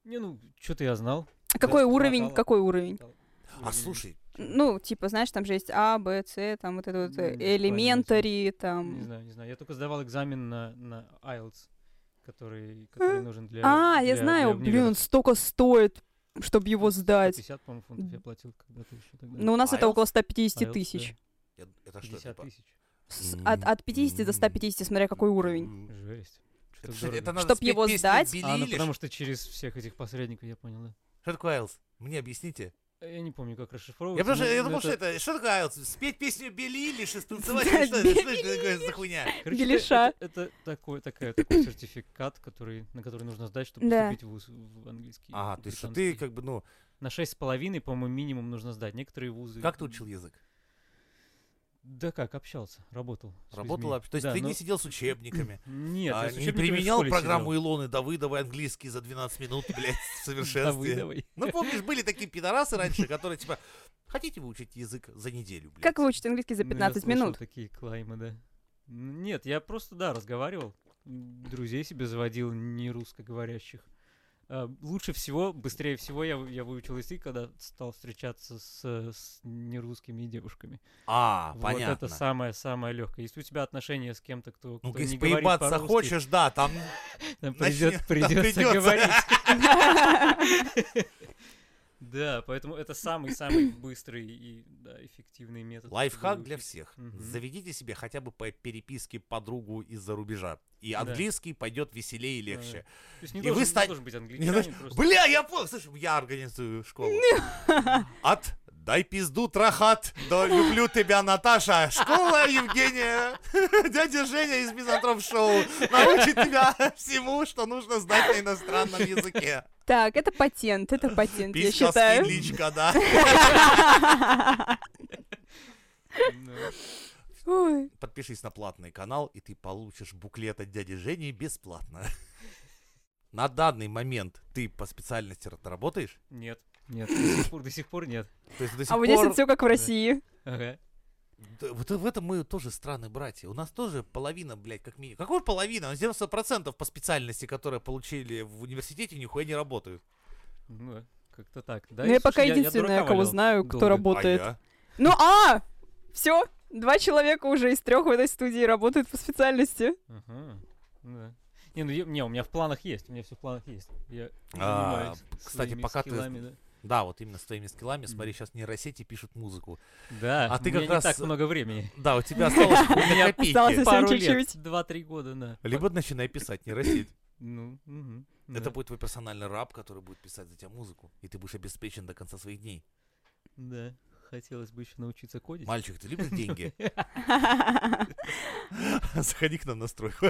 S4: Не, ну, что-то я знал.
S2: А Какой
S4: есть
S2: уровень?
S4: хватало.
S2: Какой уровень?
S1: А слушай,
S2: Ну, типа, знаешь, там же есть А, Б, С, там вот это вот
S4: М,
S2: э,
S4: не знаю,
S2: элементари, там...
S4: Не знаю, не знаю. Я только сдавал экзамен на, на IELTS, который, который нужен для...
S2: А,
S4: для-
S2: я
S4: для
S2: знаю, блин,
S4: универа.
S2: он столько стоит, чтобы его сдать.
S4: 150, по-моему, фунтов я платил когда-то еще тогда.
S2: Но у нас это
S1: IELTS?
S2: около
S4: IELTS,
S2: 150
S4: да.
S2: тысяч.
S1: я- это что?
S4: 50
S1: типа?
S4: тысяч.
S2: С-
S1: М,
S2: От, от 50 до
S1: м.
S2: 150, смотря какой уровень.
S1: М.
S4: Жесть. Чё-то
S1: Это, что,
S4: дорого.
S1: это надо
S2: Чтоб
S1: спеть
S2: его
S1: песню
S2: сдать?
S1: Билли
S4: А, ну
S1: Айлиш?
S4: потому что через всех этих посредников я понял, да.
S1: Что такое IELTS? Мне объясните.
S4: А Я не помню, как
S1: Я,
S4: расшифровывать.
S1: потому что,
S4: но-
S1: я
S4: но
S1: думал, что это... Что такое IELTS? Спеть песню Билли Иллиш и
S2: *laughs*
S1: станцевать? или Что это Что это такое за хуйня?
S4: Короче, это-
S2: Белиша.
S4: Это, это такой, такая, такой сертификат, который, на который нужно сдать, чтобы
S2: Да.
S4: поступить в, вуз- в английский.
S1: Ага,
S4: в
S1: А, то есть что ты
S4: британский.
S1: как бы, ну,
S4: на 6,5, по-моему, минимум нужно сдать. Некоторые вузы...
S1: Как ты учил язык?
S4: Да как, общался, работал. с
S1: Работал
S4: людьми.
S1: об- То есть
S4: Да,
S1: ты
S4: но-
S1: не сидел с учебниками?
S4: *clears throat* Нет,
S1: а,
S4: я с
S1: не
S4: учебниками в
S1: применял
S4: школе
S1: программу
S4: сидел.
S1: Илоны Давыдовой английский за 12 минут, блядь,
S4: *laughs*
S1: в совершенстве?
S4: Давыдовой.
S1: Ну, помнишь, были такие пидорасы раньше, которые, типа, хотите выучить язык за неделю, блядь?
S2: Как выучить английский за
S4: Ну, я
S2: 15
S4: слышал
S2: минут?
S4: такие клаймы, да. Н- Нет, я просто, да, разговаривал. м, Друзей себе заводил не русскоговорящих. А, Лучше всего, быстрее всего я, вы- я выучил язык, когда стал встречаться с, э, с нерусскими девушками.
S1: А,
S4: вот
S1: понятно.
S4: это самое-самое легкое. Если у тебя отношения с кем-то, кто,
S1: Ну,
S4: кто не
S1: если
S4: говорит
S1: поебаться
S4: по-русски,
S1: хочешь, да,
S4: *laughs*
S1: там
S4: там
S1: начни- *laughs*
S4: придет-
S1: там
S4: придется
S1: придется. *laughs*
S4: говорить. Да, поэтому это самый-самый быстрый и да, эффективный метод. чтобы
S1: лайфхак для
S4: выучить.
S1: всех.
S4: Мгм.
S1: Заведите себе хотя бы по переписке подругу из-за рубежа. И
S4: Да.
S1: английский пойдет веселее и
S4: Да, да.
S1: легче.
S4: То есть не
S1: И вы
S4: должен, не
S1: стань-
S4: должен быть
S1: Не знаешь,
S4: англичанин, просто
S1: Бля, я понял, слушай, я организую школу. От «Дай пизду, трахат», до «Люблю тебя, Наташа», школа Евгения, *laughs* дядя Женя из Мизантроп Шоу научит тебя всему, что нужно знать на иностранном языке.
S2: Так, это патент, это патент, я
S1: Писька,
S2: считаю.
S1: скидличка, да.
S2: *laughs*
S4: Ну,
S2: Ой.
S1: Подпишись на платный канал, и ты получишь буклет от дяди Жени бесплатно. На данный момент ты по специальности ра- работаешь?
S4: Нет, нет, до сих пор, до сих пор нет.
S1: То есть до сих
S2: А вот здесь
S1: пор-
S2: все как в России.
S4: Ага.
S1: Да, Вот в этом мы тоже страны братья. У нас тоже половина, блядь, как минимум. Какой половина? У нас 90% по специальности, которые получили в университете, нихуя не работают.
S4: Ну, да, как-то так. Да,
S2: Ну,
S4: и,
S2: я
S4: слушай,
S2: пока
S4: я
S2: единственная,
S4: дурака
S2: кого
S4: валял
S2: знаю, кто
S4: долго.
S2: работает.
S1: А
S2: Ну а! Все! Два человека уже из трех в этой студии работают по специальности.
S4: Ага, ну да. Не, ну я- не, у меня в планах есть, у меня все в планах есть. Я
S1: А,
S4: занимаюсь
S1: кстати,
S4: своими
S1: пока ты-
S4: скиллами, да.
S1: я? Да, вот именно с твоими скиллами. Смотри, сейчас нейросети пишут музыку.
S4: Да,
S1: А ты
S4: у меня
S1: как
S4: не
S1: раз-
S4: так много
S2: *laughs*
S4: времени.
S1: Да, у
S4: *laughs*
S1: тебя осталось
S4: У меня
S1: копейки.
S2: осталось Совсем
S4: пару
S2: чуть-чуть.
S4: лет, два-три года, да.
S1: Либо начинай писать
S4: *laughs*
S1: нейросеть.
S4: Ну, мгм,
S1: Это
S4: да,
S1: будет твой персональный раб, который будет писать за тебя музыку. И ты будешь обеспечен до конца своих дней.
S4: Да, хотелось бы еще научиться кодить.
S1: Мальчик, ты любишь
S4: *laughs*
S1: деньги? *laughs* Заходи к нам на стройку.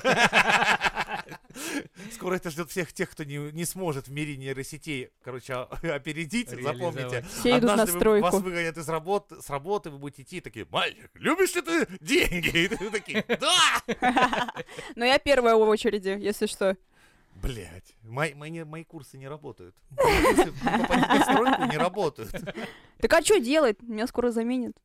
S1: Скоро это ждет всех тех, кто не, не сможет в мире нейросетей, короче, о- опередить, запомните.
S4: Реализовать.
S2: Все идут на
S1: Однажды вы- Вас
S2: стройку.
S1: выгонят из работы, с работы, вы будете идти и такие, мальчик, любишь ли ты деньги? *laughs* И ты такие, да!
S2: Но я первая в очереди, если что.
S1: Блять, мои, мои, мои курсы не работают. Мои курсы по попаданию на стройку не работают.
S2: Так а что делать? Меня скоро заменят.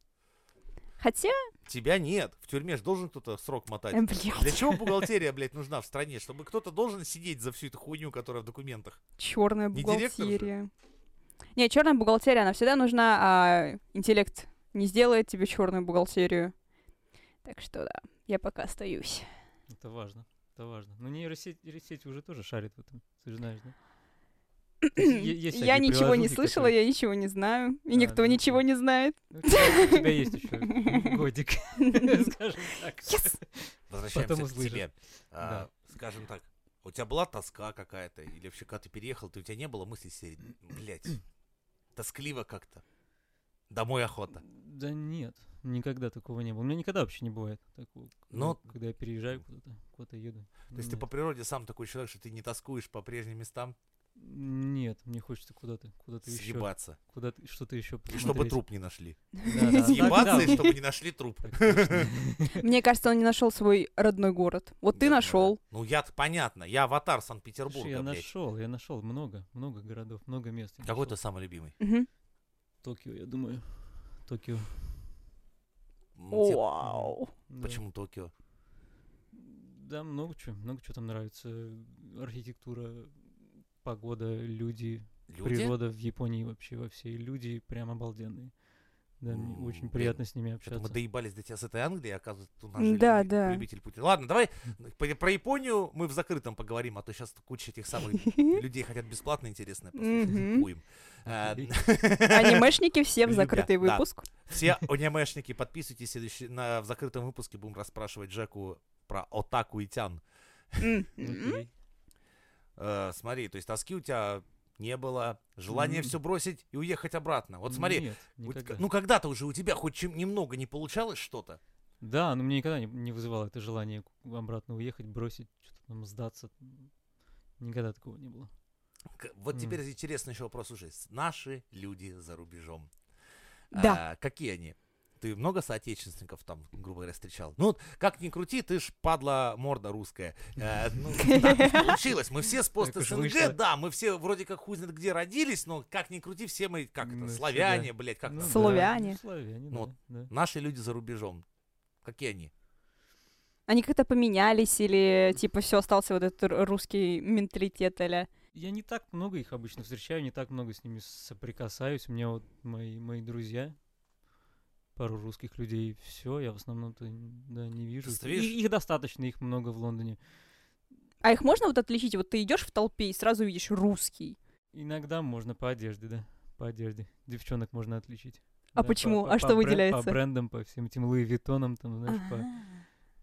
S2: Хотя,
S1: Тебя нет. В тюрьме же должен кто-то срок мотать.
S2: э, блядь,
S1: Для чего бухгалтерия, блядь, нужна в стране? Чтобы кто-то должен сидеть за всю эту хуйню, которая в документах.
S2: черная
S1: Не директор же?
S2: бухгалтерия. Не, черная бухгалтерия, она всегда нужна, а интеллект не сделает тебе черную бухгалтерию. Так что да, я пока остаюсь.
S4: Это важно, это важно. Ну, нейросеть, нейросеть уже тоже шарит в этом, ты же знаешь, да? Е- есть
S2: я
S4: всякие
S2: ничего не
S4: приложухи,
S2: слышала,
S4: которые-
S2: я ничего не знаю. И
S4: Да,
S2: никто
S4: да,
S2: ничего
S4: да.
S2: не знает.
S4: Ну, У тебя у тебя есть еще
S2: *laughs*
S4: годик, *laughs* скажем так.
S1: Возвращаемся
S4: Потом
S1: к
S4: услышим.
S1: тебе. А,
S4: Да.
S1: Скажем так, у тебя была тоска какая-то? Или вообще, когда ты переехал, ты, у тебя не было мысли серии, блядь, тоскливо как-то? Домой охота.
S4: Да нет, никогда такого не было. У меня никогда вообще не бывает такого.
S1: Но-
S4: Но... Когда я переезжаю куда-то, куда-то еду.
S1: То есть ты по
S4: Нет.
S1: природе сам такой человек, что ты не тоскуешь по прежним местам,
S4: Нет, мне хочется куда-то, куда-то еще,
S1: съебаться.
S4: куда-то что-то еще
S1: И чтобы труп не нашли. *laughs* Съебаться, и
S4: Съебаться
S1: чтобы не нашли труп.
S2: Мне кажется, он не нашел свой родной город. Вот ты
S1: Да,
S2: нашел.
S1: Ну, я понятно, я аватар
S4: Я
S1: Санкт-Петербурга, блядь.
S4: нашел, я нашел много, много городов, много мест. я
S1: Какой ты
S4: нашел.
S1: самый любимый?
S2: Мгм.
S4: Токио, я думаю. Токио.
S1: М, тебе-
S2: Вау.
S4: да.
S1: Почему Токио?
S4: Да, много чего, много чего там нравится. Архитектура, погода, люди,
S1: Люди?
S4: природа в Японии вообще во всей. Люди прям обалденные. Да, мне
S1: М, блин,
S4: очень приятно с ними
S1: Что-то мы
S4: общаться.
S1: доебались до тебя с этой Англии, оказывается, тут у нас
S2: М,
S1: же
S2: да,
S1: любитель,
S2: да.
S1: любитель Путина. Ладно, давай по- про Японию мы в закрытом поговорим, а то сейчас куча этих
S4: *laughs*
S1: самых людей хотят бесплатно интересное послушать.
S2: Мгм.
S1: Хуем. А,
S4: Окей.
S2: Анимешники все в
S1: Любя,
S2: закрытый
S1: да.
S2: выпуск.
S1: *laughs* Все анимешники, подписывайтесь, следующий- на, в закрытом выпуске будем расспрашивать Джеку про Отаку и Тян.
S2: М, м.
S4: Окей.
S1: Э, смотри, то есть тоски у тебя не было, желание
S4: М.
S1: все бросить и уехать обратно. Вот смотри,
S4: Нет,
S1: у тебя-
S4: никогда.
S1: ну когда-то уже у тебя хоть чем немного не получалось что-то,
S4: Да, но мне никогда не, не вызывало это желание к- обратно уехать, бросить, что-то там сдаться. Никогда такого не было.
S1: К- Вот
S4: М.
S1: теперь интересный еще вопрос уже. С- Наши люди за рубежом.
S2: Да.
S1: А, какие они? Ты много соотечественников там, грубо говоря, встречал? Ну, вот как ни крути, ты ж падла морда русская. Э, ну,
S4: *laughs*
S1: так получилось. Мы все с пост
S4: Так уж
S1: СНГ,
S4: вышло.
S1: да, мы все вроде как хуй знает где родились, но как ни крути, все мы, как
S4: Ну,
S1: это,
S4: всё,
S1: славяне,
S4: да.
S1: блядь, как
S4: Ну
S1: там?
S4: да,
S2: Славяне.
S4: ну, Славяне,
S1: Ну,
S4: да, да.
S1: Наши люди за рубежом. Какие они?
S2: Они как-то поменялись или типа все остался вот этот р- русский менталитет или
S4: Я не так много их обычно встречаю, не так много с ними соприкасаюсь. У меня вот мои, мои друзья, пару русских людей, все, я в основном-то н- да, не вижу.
S1: Просто
S4: И-
S1: видишь-
S4: их достаточно, их много в Лондоне.
S2: А их можно вот отличить? Вот ты идешь в толпе и сразу видишь русский.
S4: Иногда можно по одежде, да, по одежде. Девчонок можно отличить.
S2: А
S4: Да, по-
S2: почему?
S4: по-
S2: А
S4: по
S2: что
S4: брен-
S2: выделяется?
S4: По брендам, по всем этим Луи Виттонам, там, знаешь, по-
S2: Ага.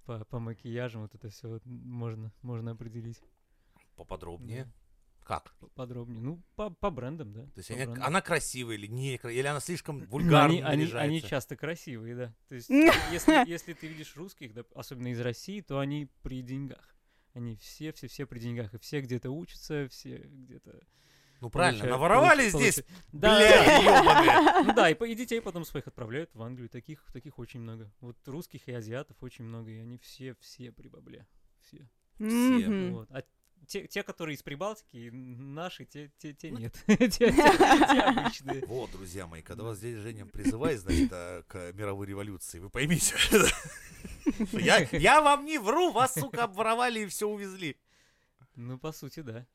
S4: по, по макияжам, вот это все можно, можно определить
S1: Поподробнее. Как?
S4: п- подробнее. Ну, по, по брендам, да.
S1: То есть
S4: по
S1: они-
S4: брендам.
S1: она красивая или не красивая? Или она слишком
S4: Ну,
S1: вульгарно
S4: они, они,
S1: наряжается?
S4: они часто красивые, да. То есть, если, если ты видишь русских, да, особенно из России, то они при деньгах. Они все, все, все при деньгах. И все где-то учатся, все где-то.
S1: Ну правильно,
S4: получают-
S1: наворовали
S4: получ-
S1: здесь,
S4: получ- Да,
S1: блядь,
S4: да,
S1: ёбаные.
S4: да. Ну да, и, по- и детей потом своих отправляют в Англию. Таких, таких очень много. Вот русских и азиатов очень много, и они все, все при бабле. Все.
S2: Мгм.
S4: Вот. А те, те, которые из Прибалтики, н- наши, те, те, те нет. *laughs* Те- те- те обычные.
S1: Вот, друзья мои, когда вас здесь Женя призывает, значит, э, к мировой революции, вы поймите. *laughs* что
S4: *laughs*
S1: Я, я вам не вру, вас, сука, обворовали и все увезли.
S4: Ну, по сути, да.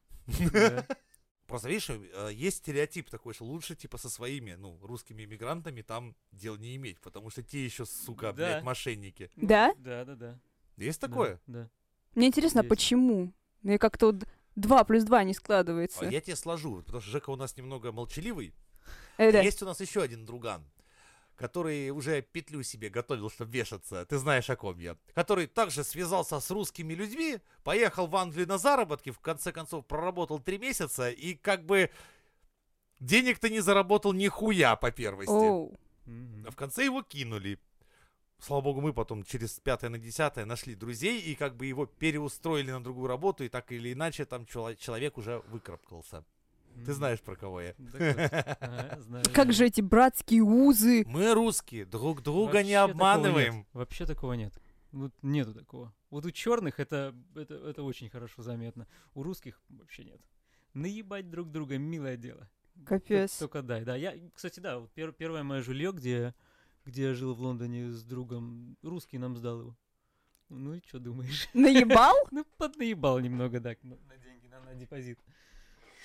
S4: Да.
S1: Просто видишь, э, есть стереотип такой, что лучше типа со своими, ну, русскими иммигрантами там дел не иметь, потому что те еще, сука,
S4: Да.
S1: блядь, мошенники.
S2: Да?
S4: Ну, Да, да, да.
S1: Есть
S4: Да,
S1: такое?
S4: Да.
S2: Мне интересно, а
S4: Есть.
S2: почему? Ну и как-то вот 2 плюс 2 не
S1: А
S2: складывается.
S1: Я тебе сложу, потому что Жека у нас немного молчаливый.
S4: А
S2: Э, да.
S1: Есть у нас еще один друган, который уже петлю себе готовил, чтобы вешаться. Ты знаешь, о ком я. Который также связался с русскими людьми, поехал в Англию на заработки, в конце концов проработал три месяца и как бы денег-то не заработал нихуя по первости.
S2: Оу.
S4: Мгм.
S1: А в конце его кинули. Слава богу, мы потом через пятое на десятое нашли друзей и как бы его переустроили на другую работу, и так или иначе там чело- человек уже выкарабкался. Ты
S4: Мгм.
S1: знаешь, про кого я.
S4: Да, класс. Ага, знаю,
S2: Как
S4: знаю.
S2: же эти братские
S4: *laughs*
S2: узы?
S1: Мы русские, друг друга
S4: Вообще
S1: не
S4: такого
S1: обманываем.
S4: нет. Вообще такого нет. Вот нету такого. Вот у черных это, это, это очень хорошо заметно. У русских вообще нет. Наебать друг друга милое дело.
S2: Капец.
S4: Т- Только дай, да. Я, кстати, да, вот пер- первое мое жилье, где, где я жил в Лондоне с другом, русский нам сдал его. Ну и что думаешь? *laughs*
S2: Наебал?
S4: Ну, поднаебал немного, да, на, на деньги, на, на депозит.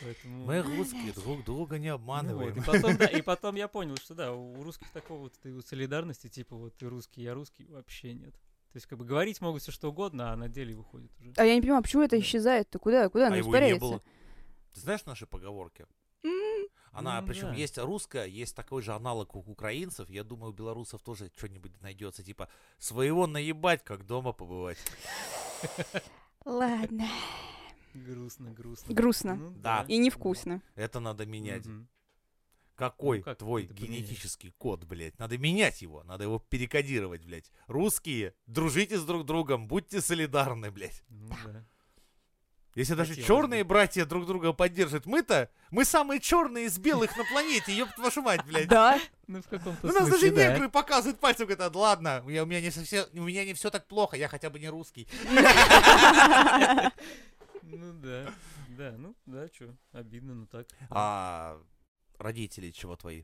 S4: Поэтому...
S1: Мы русские, друг друга не
S4: Ну вот,
S1: обманываем.
S4: и потом, да, и потом я понял, что да, у у русских такого вот этой вот солидарности, типа вот ты русский, я русский, вообще нет. То есть как бы говорить могут все что угодно, а на деле выходит уже.
S2: А я не понимаю, почему это
S4: Да.
S2: исчезает-то? Куда? Куда
S1: А
S2: оно
S1: его и не
S2: испаряется?
S1: было. Ты знаешь наши поговорки?
S2: М,
S1: Она,
S4: Ну
S1: причем
S4: да.
S1: есть русская, есть такой же аналог у украинцев. Я думаю, у белорусов тоже что-нибудь найдется. Типа, своего наебать, как дома побывать.
S2: Ладно.
S4: Грустно, грустно.
S2: Грустно.
S4: Ну
S1: Да.
S2: И
S4: *laughs*
S2: невкусно.
S1: Это надо менять.
S4: Мгм.
S1: Какой
S4: Ну, как
S1: твой
S4: это поменять?
S1: генетический код, блядь? Надо менять его, надо его перекодировать, блядь. Русские, дружите с друг другом, будьте солидарны, блядь.
S4: Ну да.
S1: Если даже
S4: Хотелось бы.
S1: черные братья друг друга поддержат, мы-то, мы самые черные из белых на планете, ёб вашу мать, блядь.
S2: Да.
S4: Ну в каком-то
S1: У нас даже
S4: смысле, да.
S1: негры показывают пальцем, говорят, «А, ладно, я- у меня не совсем, у меня не все так плохо, я хотя бы не русский.
S4: Ну да, да, ну да, что, обидно, ну так.
S1: А родители чего твои?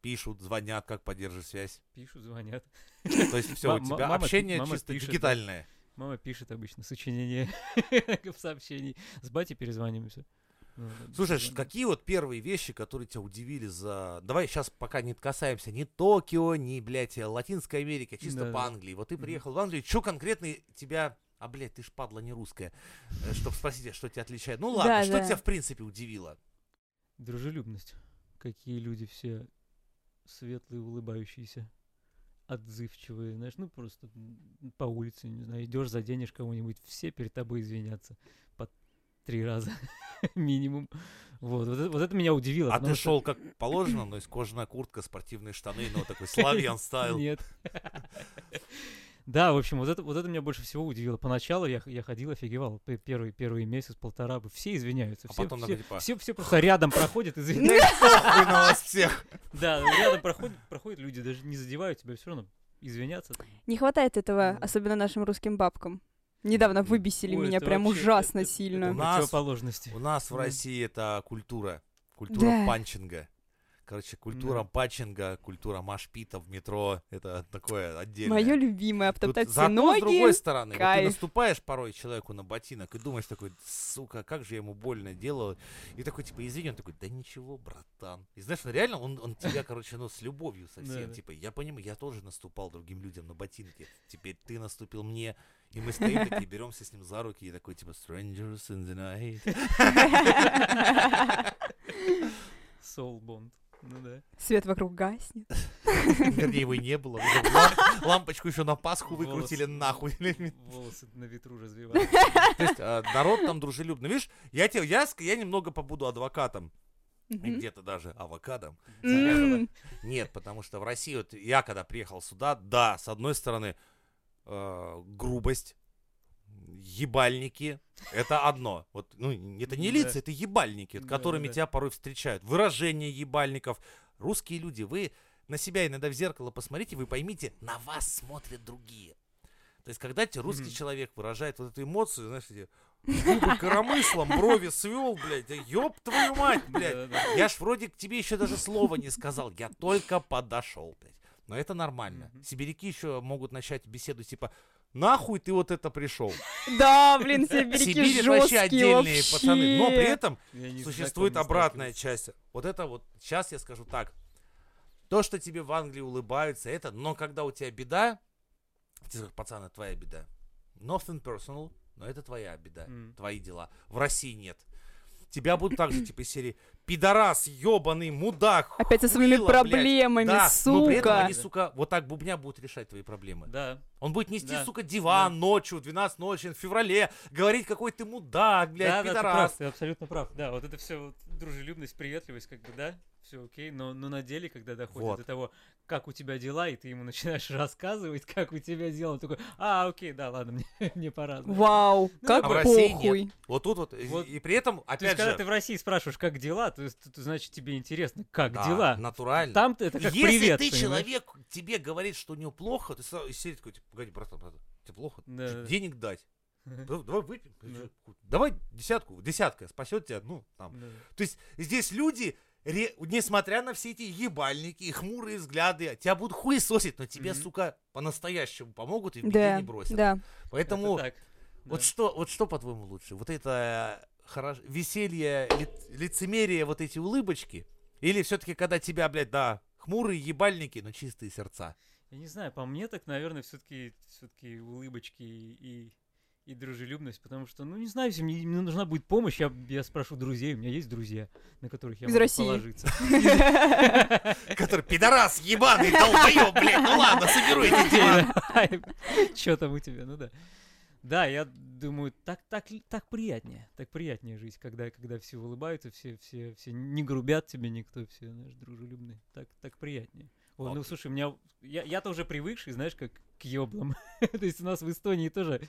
S1: Пишут, звонят, как поддержишь связь.
S4: Пишут, звонят.
S1: То есть все, у
S4: Ма- ма-
S1: тебя
S4: мама пи-
S1: общение
S4: мама
S1: чисто
S4: пишет, да.
S1: дигитальное.
S4: Мама пишет обычно сочинение *laughs* в сообщении. С батей перезваниваемся. Ну, да,
S1: Слушай, ш-
S4: бесплатно.
S1: какие вот первые вещи, которые тебя удивили за... Давай сейчас пока не касаемся ни Токио, ни, блядь, э, Латинской Америки, чисто
S4: Да-да.
S1: по Англии. Вот ты
S4: Мгм.
S1: приехал в Англию, что конкретно тебя... А, блядь, ты ж падла не русская. Чтобы спросить, а что тебя отличает. Ну ладно, что
S2: Да-да.
S1: тебя в принципе удивило?
S4: Дружелюбность. Какие люди все светлые, улыбающиеся, отзывчивые, знаешь, ну просто м, по улице, не знаю, идешь, заденешь кого-нибудь, все перед тобой извинятся по три раза *laughs* минимум. Вот, вот это, вот это меня удивило.
S1: А ты
S4: потому что- *laughs*
S1: шел как положено,
S4: *laughs*
S1: но есть кожаная куртка, спортивные штаны, ну вот такой славян стайл.
S4: Нет. *laughs* Да, в общем, вот это, вот это меня больше всего удивило. Поначалу я, х- я ходил, офигевал. П- Первый, первый месяц, полтора, бы все извиняются.
S1: А
S4: все,
S1: потом
S4: все,
S1: такой, типа,
S4: все, все просто
S1: *laughs*
S4: рядом проходят,
S1: Ну и
S4: извиняются.
S1: похуй на вас всех.
S4: Да, рядом проходят, проходят люди, даже не задевают тебя, все равно извинятся. там.
S2: Не хватает этого,
S4: Да.
S2: особенно нашим русским бабкам. Недавно выбесили
S4: Ой,
S2: меня
S4: это
S2: прям
S4: вообще-
S2: ужасно
S4: это- это-
S2: сильно.
S1: У
S4: Это,
S1: нас-
S4: противоположности.
S1: У нас в
S4: Мгм.
S1: России это культура. Культура
S2: Да.
S1: панчинга. Короче, культура
S4: Да.
S1: панчинга, культура машпита в метро. Это такое отдельное.
S2: Мое любимое,
S1: Тут
S2: обтоптать все
S1: зато, с
S2: ноги.
S1: другой стороны, вот ты
S2: кайф.
S1: наступаешь порой человеку на ботинок и думаешь такой, сука, как же я ему больно делал. И такой, типа, извини, он такой, да ничего, братан. И знаешь, ну, реально он, он тебя, короче, ну, с любовью совсем.
S4: Да-да.
S1: Типа, я понимаю, я тоже наступал другим людям на ботинке. Теперь ты наступил мне. И мы стоим такие, беремся с ним за руки и такой, типа, strangers in the night.
S4: Soul Bond. Ну
S1: *laughs*
S4: да.
S2: *laughs* Свет вокруг гаснет.
S1: Вернее, его и не было. Мы же лам- Лампочку еще на Пасху выкрутили
S4: Волосы-
S1: нахуй. *laughs*
S4: Волосы на ветру развивают.
S1: То есть э, народ там дружелюбный. Видишь, я тебе, я, ск- я немного побуду адвокатом. И
S2: Мгм.
S1: где-то даже авокадом.
S2: М,
S1: Нет, потому что в России, вот я когда приехал сюда, да, с одной стороны, э, грубость, ебальники, это одно. Вот, ну, это не
S4: Да.
S1: лица, это ебальники, вот,
S4: Да,
S1: которыми
S4: да, да.
S1: тебя порой встречают. Выражение ебальников. Русские люди, вы на себя иногда в зеркало посмотрите, вы поймите, на вас смотрят другие. То есть, когда тебе русский
S4: Мгм.
S1: человек выражает вот эту эмоцию, знаешь, эти губы коромыслом, брови свел, блядь, да ёб твою мать, блядь.
S4: Да-да-да.
S1: Я ж вроде к тебе еще даже слова не сказал, я только подошел, блядь. Но это нормально.
S4: Мгм.
S1: Сибиряки еще могут начать беседу типа «Нахуй ты вот это пришел?»
S2: Да, блин, сибиряки
S1: Сибирь это вообще
S2: жесткие
S1: отдельные пацаны. Но при
S2: вообще.
S1: этом
S4: Я не
S1: существует
S4: знаком, не
S1: обратная
S4: сталкивался.
S1: часть. Вот это вот, сейчас я скажу так. То, что тебе в Англии улыбаются, это, но когда у тебя беда, ты скажешь, пацан, это твоя беда. Nothing personal, но это твоя беда,
S4: Мгм.
S1: твои дела. В России нет. Тебя будут также, типа, из серии «Пидорас, ебаный мудак,
S2: Опять со своими
S1: хуила, блядь».
S2: проблемами,
S1: Да, но при этом
S2: сука.
S1: они, сука, вот так бубня будут решать твои проблемы.
S4: Да.
S1: Он будет нести,
S4: Да,
S1: сука, диван
S4: да.
S1: ночью, в 12 ночи, в феврале, говорить, какой ты мудак,
S4: да,
S1: блядь,
S4: да, ты
S1: пидорас.
S4: прав, ты абсолютно прав. Да, вот это все дружелюбность, приветливость, как бы, да, все окей, но, но на деле, когда доходит
S1: Вот.
S4: до того, как у тебя дела, и ты ему начинаешь *laughs* рассказывать, как у тебя дела, он такой, а, окей, да, ладно, *laughs* мне, мне пора. да».
S2: Вау, как
S1: а в России
S2: похуй.
S1: Вот тут вот, и-
S4: Вот.
S1: и при этом,
S4: То есть,
S1: опять
S4: когда
S1: же,
S4: А ты в России спрашиваешь, как дела, то есть, т- т- значит, тебе интересно, как
S1: Да,
S4: дела.
S1: натурально.
S4: Там это как
S1: Если
S4: привет,
S1: ты
S4: понимаешь?
S1: человек, тебе говорит, что у него плохо, ты сразу из серии такой, типа, погоди, братан, братан, тебе плохо,
S4: Да,
S1: Чё,
S4: да.
S1: денег
S4: *laughs*
S1: дать. Да- Давай выпьем.
S4: Да.
S1: Давай десятку. Десятка спасет тебя. Ну, там.
S4: Да.
S1: То есть здесь люди, ре- несмотря на все эти ебальники и хмурые взгляды, тебя будут хуесосить, но тебе,
S4: Мгм.
S1: сука, по-настоящему помогут и в беде
S2: Да,
S1: не бросят.
S2: да.
S1: Поэтому
S4: Это так,
S1: вот,
S4: да.
S1: что, вот что, по-твоему, лучше? Вот это э, хорош... веселье, лит- лицемерие, вот эти улыбочки? Или все-таки, когда тебя, блядь, да, хмурые ебальники, но чистые сердца?
S4: Я не знаю, по мне так, наверное, все-таки все-таки улыбочки и, и дружелюбность, потому что, ну, не знаю, если мне, мне нужна будет помощь, я, я спрошу друзей, у меня есть друзья, на которых я
S2: Из
S4: могу
S2: России. *laughs*
S4: положиться.
S1: Который пидорас ебаный, долбоеб, блядь, ну ладно,
S4: *laughs*
S1: соберуйте дела.
S4: Че там у тебя, ну да. Да, я думаю, так, так, л- так приятнее, так приятнее жить, когда, когда все улыбаются, все, все, все не грубят тебе никто, все, знаешь, дружелюбные, так, так приятнее. О, ну
S1: Окей.
S4: слушай, у меня, я, я-то уже привыкший, знаешь, как к еблам. *laughs* То есть у нас в Эстонии тоже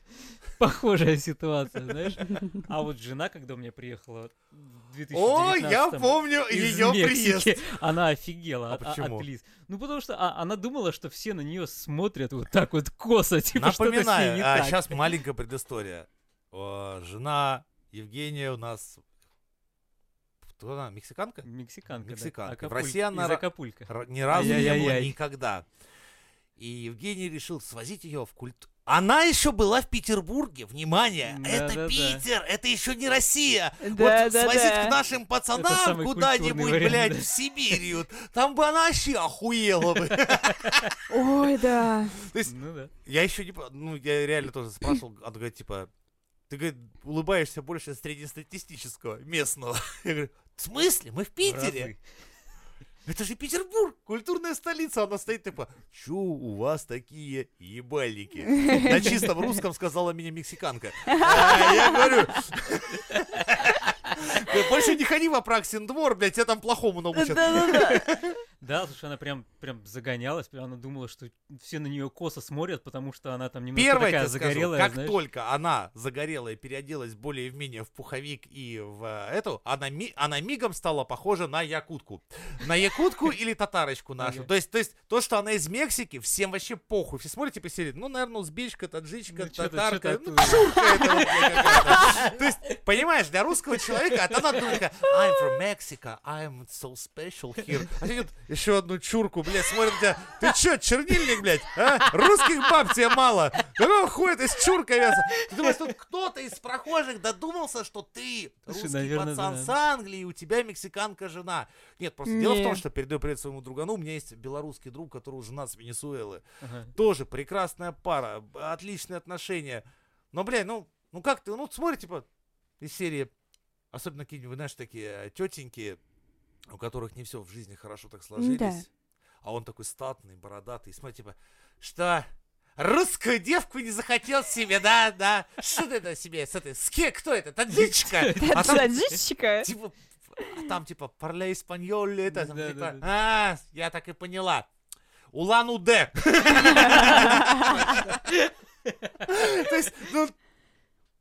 S4: похожая ситуация, знаешь. А вот жена, когда у меня приехала в 2019
S1: О, я помню
S4: из
S1: ее
S4: *laughs* Мексики.
S1: приезд.
S4: Она офигела
S1: А
S4: от, а-
S1: почему?
S4: от лиц. Ну, потому что а, она думала, что все на нее смотрят вот так вот косо, типа что-то с ней
S1: Напоминаю,
S4: не
S1: а,
S4: так.
S1: сейчас маленькая предыстория. О, Жена Евгения у нас... Кто она? Мексиканка?
S4: Мексиканка,
S1: Мексиканка. В
S4: да. Акапуль-
S1: России она
S4: из
S1: ра-
S4: Акапулька.
S1: Р- Ни разу не было
S4: Ай-яй-яй.
S1: никогда. И Евгений решил свозить ее в культ. Она еще была в Петербурге. Внимание!
S4: Да,
S1: это
S4: да, да.
S1: Питер! Это еще не Россия!
S2: Да,
S1: вот
S2: да,
S1: свозить
S2: да.
S1: к нашим
S4: Это
S1: пацанам
S4: самый
S1: куда-нибудь,
S4: культурный вариант,
S1: блядь,
S4: да.
S1: в Сибирь. вот. Там бы она вообще охуела бы.
S4: *laughs*
S2: Ой, да.
S4: Ну да.
S1: Я еще не... по- Ну, я реально тоже спрашивал. Она говорит, типа... Ты, говорит, улыбаешься больше среднестатистического местного. Я говорю, в смысле? Мы в Питере?
S4: Разы.
S1: Это же Петербург, культурная столица. Она стоит типа, чё у вас такие ебальники? На чистом русском сказала меня мексиканка. А я говорю... *laughs* Больше не ходи в Апраксин двор, блядь, тебя там плохому научат.
S2: Да-да-да.
S4: Да, слушай, она прям, прям загонялась, прям она думала, что все на нее косо смотрят, потому что она там немножко
S1: Первое, я
S4: такая
S1: тебе
S4: загорелая,
S1: скажу, как
S4: знаешь.
S1: только она загорелая переоделась более в менее в пуховик и в э, эту, она, ми- она мигом стала похожа на якутку. На якутку или татарочку нашу.
S4: Ага.
S1: То есть, то есть то, что она из Мексики, всем вообще похуй. Все смотрите по серии, ну, наверное, узбечка, таджичка,
S4: Ну, чё-то-
S1: татарка,
S4: чё-то
S1: ну,
S4: оттуда.
S1: шурка это вот
S4: *laughs*
S1: какая-то. То есть, понимаешь, для русского человека, а тогда ты такая, I'm from Mexico, I'm so special here. А тебе еще одну чурку, блядь, смотрят на тебя, ты че, чернильник, блядь, а? Русских баб тебе мало. Какого хуя ты ну, с чуркой вязан? Ты думаешь, тут кто-то из прохожих додумался, что ты
S4: Слушай,
S1: русский
S4: наверное,
S1: пацан
S4: да.
S1: с Англии, и у тебя мексиканка жена. Нет, просто дело в том,
S2: Не.
S1: что передаю привет своему другану, у меня есть белорусский друг, которого жена с Венесуэлы.
S4: Ага.
S1: Тоже прекрасная пара, б- отличные отношения. Но, блядь, ну, ну как ты, ну смотри, типа, из серии, особенно какие-нибудь, знаешь, такие э, тетеньки, у которых не все в жизни хорошо так сложились. А он такой статный, бородатый. И смотри, типа, что, русскую девку не захотел себе, да, да? Что ты это себе с этой, с кем, кто это, таджичка? А там,
S2: Таджичка.
S1: *laughs* типа, а там, типа, парля испаньоль, это, там,
S4: Да, да,
S1: типа,
S4: да.
S1: а, я так и поняла. *laughs* Улан-Удэ. То есть, ну,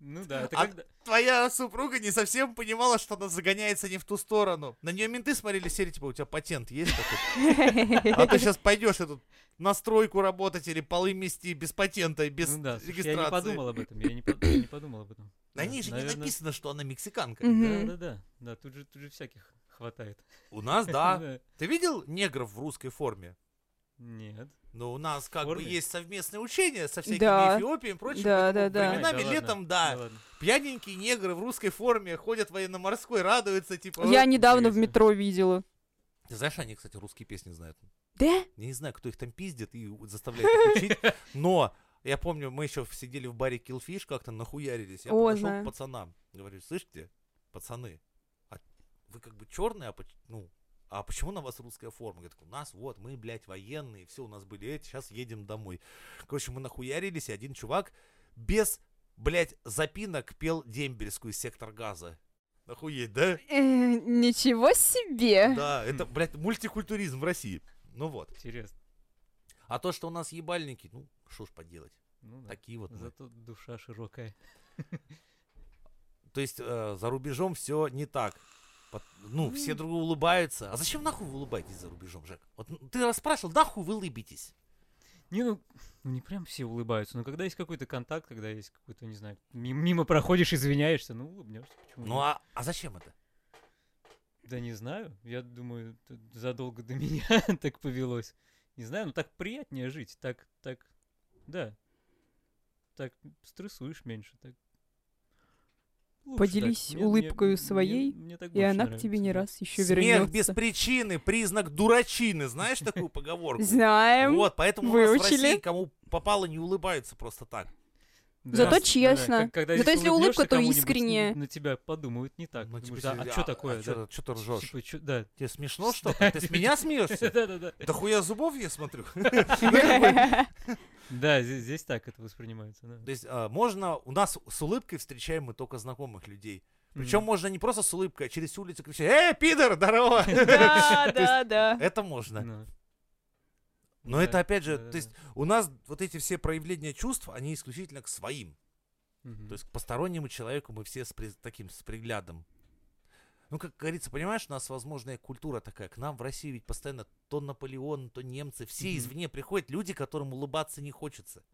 S4: Ну да, это
S1: А-
S4: когда...
S1: твоя супруга не совсем понимала, что она загоняется не в ту сторону. На нее менты смотрели серии, типа, у тебя патент есть такой? А ты сейчас пойдешь эту настройку работать или полы мести без патента, без
S4: Ну да, слушай,
S1: регистрации.
S4: я не подумал об этом, я не, под- я не подумал об этом.
S1: На
S4: Да,
S1: ней же не
S4: наверное,
S1: написано, что она мексиканка.
S2: *laughs* Мгм.
S4: Да, да, да, да, тут же, тут же всяких хватает.
S1: У нас, да.
S4: *laughs* Да.
S1: Ты видел негров в русской форме?
S4: Нет.
S1: Но Ну, у нас как бы
S4: форме? есть
S1: есть совместное учение со всякими
S2: Да.
S1: Эфиопиями и прочими.
S2: Да, да, да.
S4: Ай,
S1: Временами,
S4: ладно,
S1: летом, да.
S4: ладно.
S1: Пьяненькие негры в русской форме ходят военно-морской, радуются, типа...
S2: Я недавно в
S4: интересно.
S2: метро видела.
S1: Ты знаешь, они, кстати, русские песни знают.
S2: Да?
S1: Я не знаю, кто их там пиздит и заставляет их учить, но я помню, мы еще сидели в баре Killfish, как-то нахуярились. Я
S2: О,
S1: подошел
S2: знаю.
S1: к пацанам, говорю, слышите, пацаны, а вы как бы черные, а, поч- ну, а почему на вас русская форма? Говорит, у нас вот, мы, блядь, военные, все у нас были эти, сейчас едем домой. Короче, мы нахуярились, и один чувак без, блядь, запинок пел дембельскую сектор газа. Охуеть, да?
S2: Э, Ничего себе.
S1: Да, это, блядь, мультикультуризм в России. Ну вот.
S4: Интересно.
S1: А то, что у нас ебальники, ну, что ж поделать.
S4: Ну да.
S1: Такие вот. мы.
S4: Зато душа широкая.
S1: То есть э, за рубежом все не так. Пот- Ну, все друг другу улыбаются. А зачем нахуй вы улыбаетесь за рубежом, Жек? Вот ну, ты расспрашивал, нахуй вы улыбитесь?
S4: Не, ну, ну не прям все улыбаются, но когда есть какой-то контакт, когда есть какой-то, не знаю, ми- мимо проходишь, извиняешься, ну улыбнешься. Почему?
S1: Ну,
S4: нет?
S1: а, а зачем это?
S4: Да не знаю, я думаю, тут задолго до *laughs* меня так повелось. Не знаю, но так приятнее жить, так, так, да. Так стрессуешь меньше, так. лучше
S2: Поделись улыбкою своей,
S4: мне, так
S2: И
S4: больше
S2: она к
S4: нравится,
S2: тебе не
S4: да.
S2: раз еще
S1: Смех без
S2: вернется.
S1: причины, признак дурачины. Знаешь такую поговорку?
S2: Знаем. *laughs*
S1: Вот, поэтому у нас в
S2: выучили.
S1: России кому попало не улыбаются просто так.
S4: Да,
S2: Зато
S4: да, да.
S2: честно.
S4: Как- когда
S2: Зато если
S4: улыбнешься
S2: улыбка, то
S4: кому-нибудь,
S2: искренняя.
S4: н- На тебя подумают не так.
S1: Ну,
S4: Думаешь,
S1: типа,
S4: «Да, а
S1: а-
S4: что
S1: а
S4: такое?
S1: чё
S4: да?
S1: ты- чё ты ржешь?
S4: *laughs* Типа, чё-
S1: *laughs*
S4: да.
S1: Тебе смешно что-то? Ты с меня
S4: *laughs*
S1: смеешься?
S4: Да, да, да.
S1: Да хуя зубов я смотрю. *laughs*
S4: Да, здесь, здесь так это воспринимается. Да.
S1: То есть а, можно, у нас с улыбкой встречаем мы только знакомых людей. Причем
S4: Мгм.
S1: можно не просто с улыбкой, а через улицу кричать «Эй, пидор, здорово!»
S2: *laughs* Да, да, да.
S1: *laughs* Это можно.
S4: Ну.
S1: Но
S4: Да,
S1: это опять же,
S4: да,
S1: то есть
S4: да.
S1: у нас вот эти все проявления чувств, они исключительно к своим.
S4: Мгм.
S1: То есть к постороннему человеку мы все с при- таким, с приглядом. Ну, как говорится, понимаешь, у нас, возможно, и культура такая. К нам в России ведь постоянно то Наполеон, то немцы. Все
S4: Мгм.
S1: извне приходят люди, которым улыбаться не хочется.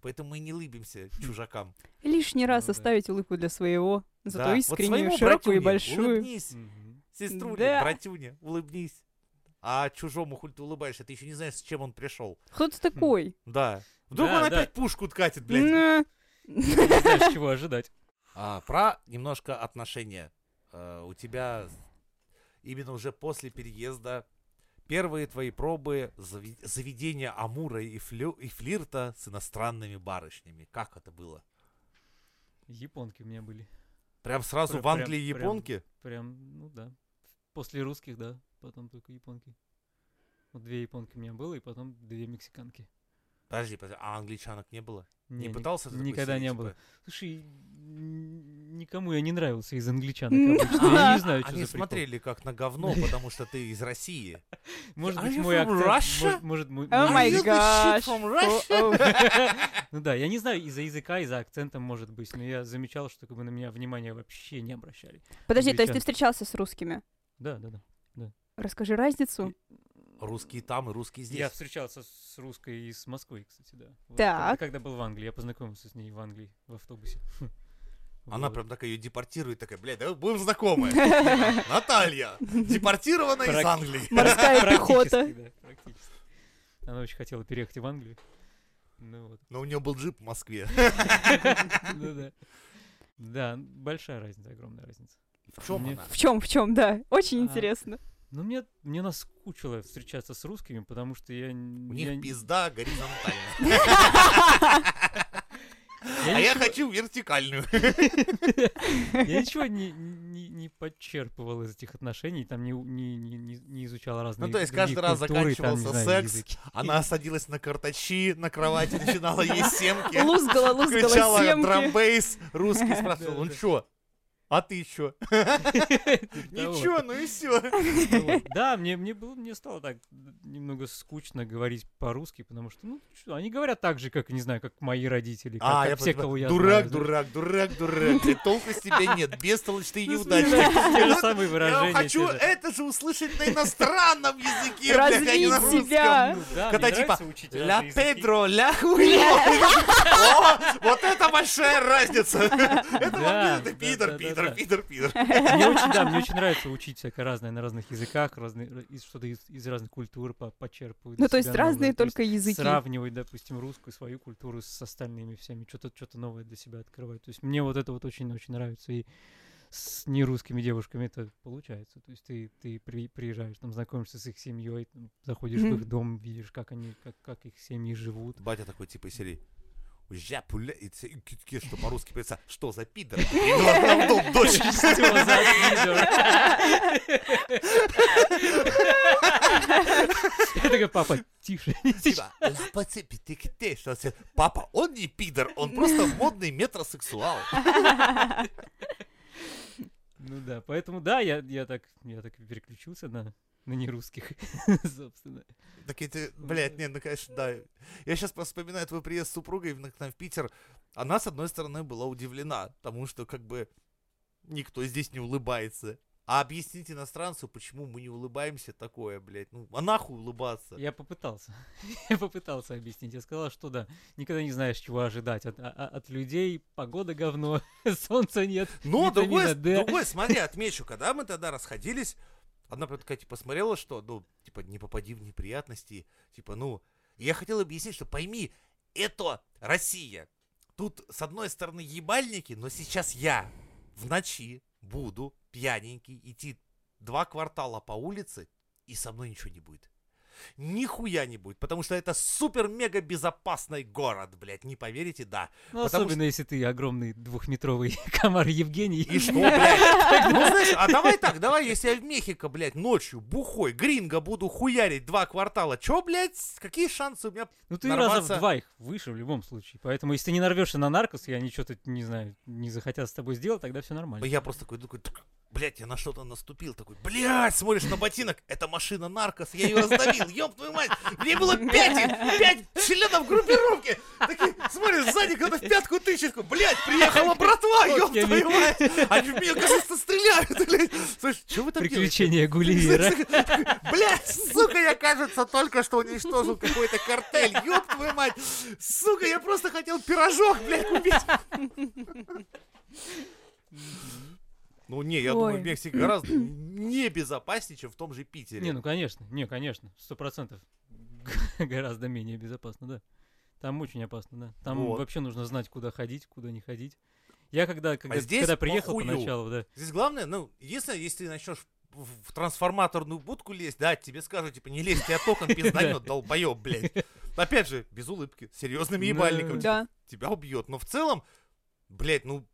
S1: Поэтому мы не лыбимся чужакам.
S2: Лишний раз
S4: Ну да.
S2: оставить улыбку для своего,
S1: Да.
S2: зато
S1: Вот
S2: искреннюю,
S1: своему
S2: широкую
S1: братюне
S2: и большую.
S1: Улыбнись,
S4: Мгм.
S1: сеструля,
S2: Да.
S1: братюня, улыбнись. А чужому хуй ты улыбаешься, ты еще не знаешь, с чем он пришел.
S2: Кто ты такой? Ну,
S1: Да. Вдруг
S4: Да,
S1: он
S4: да.
S1: опять пушку ткатит, Хм, блядь.
S4: Ну.
S2: М,
S4: Не знаешь, чего ожидать.
S1: А, про немножко отношения. Э, у тебя именно уже после переезда первые твои пробы зави- заведения Амура и, флю- и флирта с иностранными барышнями. Как это было?
S4: Японки у меня были.
S1: Прям сразу
S4: Прям-
S1: в Англии
S4: прям- прям.
S1: японки?
S4: Прям, ну да. После русских, да. Потом только японки. Вот две японки у меня было, и потом две мексиканки.
S1: Подожди, подожди, а англичанок не было? Не,
S4: ни-
S1: пытался ты такой
S4: Никогда
S1: сидеть,
S4: не
S1: типа,
S4: было. Слушай, н- никому я не нравился из англичанок обычно. А,
S2: А.
S4: Я не знаю, что
S1: Они
S4: за прикол.
S1: смотрели как на говно, потому что ты из России.
S4: Может
S1: Are
S4: быть,
S1: you
S4: мой
S1: from
S4: акцент...
S1: Russia?
S4: мож- Может, мой...
S2: Oh
S4: мой-
S1: Are
S2: my
S1: you the
S2: gosh.
S1: shit from
S2: Oh, oh.
S1: *laughs*
S4: Ну да, я не знаю, из-за языка, из-за акцента, может быть, но я замечал, что как бы на меня внимания вообще не обращали.
S2: Подожди, то есть
S4: Англичан.
S2: ты встречался с русскими?
S4: Да, да, да.
S2: Расскажи
S1: *laughs*
S2: разницу.
S1: Русские там и русские
S4: Я
S1: здесь.
S4: встречался с русской из Москвы, кстати, да. Вот
S2: Так.
S4: Когда, когда был в Англии, я познакомился с ней в Англии в автобусе. *laughs*
S1: Она
S4: Вот.
S1: прям такая ее депортирует, такая, блядь, да будем знакомы. Наталья, депортирована из
S4: Практи-
S1: Англии.
S2: Морская пехота.
S4: Практически, да, практически. Она очень хотела переехать в Англию. Ну вот.
S1: Но у нее был джип в Москве.
S4: Да-да. Да, большая разница, огромная разница.
S1: В чем
S4: Мне-
S1: она?
S2: В чем, в чем, да. Очень
S4: А,
S2: интересно.
S4: Но мне, мне наскучило встречаться с русскими, потому что я... н-
S1: У
S4: я
S1: них
S4: н-
S1: пизда горизонтальная.
S4: я
S1: А я
S4: ничего-
S1: хочу вертикальную.
S4: Я ничего не, не, не подчерпывал из этих отношений, там не, у- не, не, не- не изучал разные
S1: Ну, то есть
S4: другие
S1: каждый раз
S4: культуры, там, не
S1: заканчивался
S4: знаю,
S1: секс, *laughs*
S4: языки.
S1: Она садилась на картачи, на кровати, начинала есть семки. *laughs*
S2: Лузгала, лузгала
S1: Включала
S2: семки.
S1: драмбейс. Русский спрашивал, он
S4: Да-да-да.
S1: чё? А ты чё?
S4: Да вот,
S1: Ничего, ну и все.
S4: да вот. Типа Да, мне, мне, было, мне стало так немного скучно говорить по-русски, потому что, ну, чё, они говорят так же, как, не знаю, как мои родители, как,
S1: А,
S4: как
S1: я
S4: все,
S1: понимаю.
S4: кого я
S1: Дурак,
S4: знаю, знаешь.
S1: дурак, дурак, дурак. Блин, Толку с
S4: *laughs*
S1: тебя нет. Бестолочь ты и
S4: Ну,
S1: неудачник.
S4: знаешь, *laughs* Те же
S1: Ну,
S4: самые выражения.
S1: Я хочу
S4: те же.
S1: это же услышать на иностранном языке, блядь, а не
S2: Развить
S1: на русском.
S2: себя.
S4: Ну да,
S1: когда
S4: мне
S1: типа
S4: нравится учить
S1: Ля
S4: разные языки.
S1: Педро, ля Хуйло. *laughs* О, Вот это большая разница. Это
S4: *laughs* Да,
S1: вам не- это пидор,
S4: да, да, да,
S1: пидор,
S4: да.
S1: пидор, пидор.
S4: Мне очень, да, мне очень нравится учить всякое разное на разных языках, разные, р- из, что-то из, из разных культур по, почерпывать.
S2: Ну,
S4: для
S2: то есть
S4: себя новое.
S2: разные
S4: То есть
S2: только языки.
S4: Сравнивать, допустим, русскую свою культуру с остальными всеми, что-то что-то новое для себя открывать. То есть мне вот это вот очень-очень нравится. И с нерусскими девушками это получается. То есть ты, ты при- приезжаешь, там знакомишься с их семьей, там, заходишь в
S2: Мгм.
S4: их дом, видишь, как они, как, как их семьи живут.
S1: Батя такой, типа, из серии. «Я пуля- и ц- и ки- ки», что по-русски пицца, что за пидор? Привела к нам в дом дочь.
S4: *laughs* Всё, завидую. Я такой, папа, тише.
S1: *laughs* Типа, «Спасибо, ты где?» Что все, Папа, он не пидор, он просто модный метросексуал.
S4: Ну да, поэтому да, я, я так я так и переключился на, на нерусских, *laughs* собственно.
S1: Такие ты, блядь, нет, ну конечно, да. Я сейчас просто вспоминаю твой приезд с супругой в- к нам в Питер. Она, с одной стороны, была удивлена тому, что как бы никто здесь не улыбается. А объяснить иностранцу, почему мы не улыбаемся, такое, блядь. Ну, а нахуй улыбаться?
S4: Я попытался. *laughs* Я попытался объяснить. Я сказал, что да, никогда не знаешь, чего ожидать от, а- а- от людей. Погода говно, *laughs* солнца нет.
S1: Но
S4: витамина
S1: другой, с-
S4: D.
S1: другой, смотри, отмечу, когда мы тогда расходились, она прям такая, типа, смотрела, что, ну, типа, не попади в неприятности, типа, ну, и я хотел объяснить, что пойми, это Россия. Тут, с одной стороны, ебальники, но сейчас я в ночи буду пьяненький идти два квартала по улице, и со мной ничего не будет. Нихуя не будет, потому что это супер-мега безопасный город, блядь, не поверите, да.
S4: Ну,
S1: Потому
S4: особенно если ты огромный двухметровый *laughs* комар Евгений.
S1: И что, блядь? Ну, знаешь, а давай так, давай, если я в Мехико, блядь, ночью бухой, гринго буду хуярить два квартала, чё, блядь, какие шансы у меня...
S4: Ну ты раза
S1: нарваться.
S4: в два их выше в любом случае. Поэтому если ты не нарвешься на наркос, и они что-то, не знаю, не захотят с тобой сделать, тогда все нормально.
S1: Я просто такой, такой, «Тк, блядь, я на что-то наступил, такой, блядь, смотришь на ботинок, это машина наркос, я ее раздавил, ёб твою мать, мне было пять, их, пять членов группировки, такие, смотришь, сзади кто-то в пятку тычет, такой, блядь, приехала братва, ёб
S4: Вот я
S1: твою мать, они в меня, кажется, стреляют, блядь, слышь, что вы там делаете?
S4: Приключения Гулливера.
S1: Блять, сука, я, кажется, только что уничтожил какой-то картель. Ёб твою мать. Сука, я просто хотел пирожок, блядь, купить. Ну не, я
S2: Ой.
S1: думаю, Мексика гораздо небезопаснее, чем в том же
S4: Не,
S1: Питере.
S4: ну конечно, не, конечно, сто процентов. *laughs* Гораздо менее безопасно, да. Там очень опасно, да. Там
S1: Вот.
S4: вообще нужно знать, куда ходить, куда не ходить. Я когда, когда,
S1: А здесь
S4: когда приехал
S1: похую.
S4: поначалу, да.
S1: Здесь главное, ну, единственное, если ты начнешь в в трансформаторную будку лезть, да, тебе скажут, типа, не лезь, тебя током *laughs* пизданет, долбоеб, блядь. Опять же, без улыбки, с серьезным
S4: Да.
S1: ебальником.
S2: Да.
S1: тебя убьет. Но в целом, блядь, ну,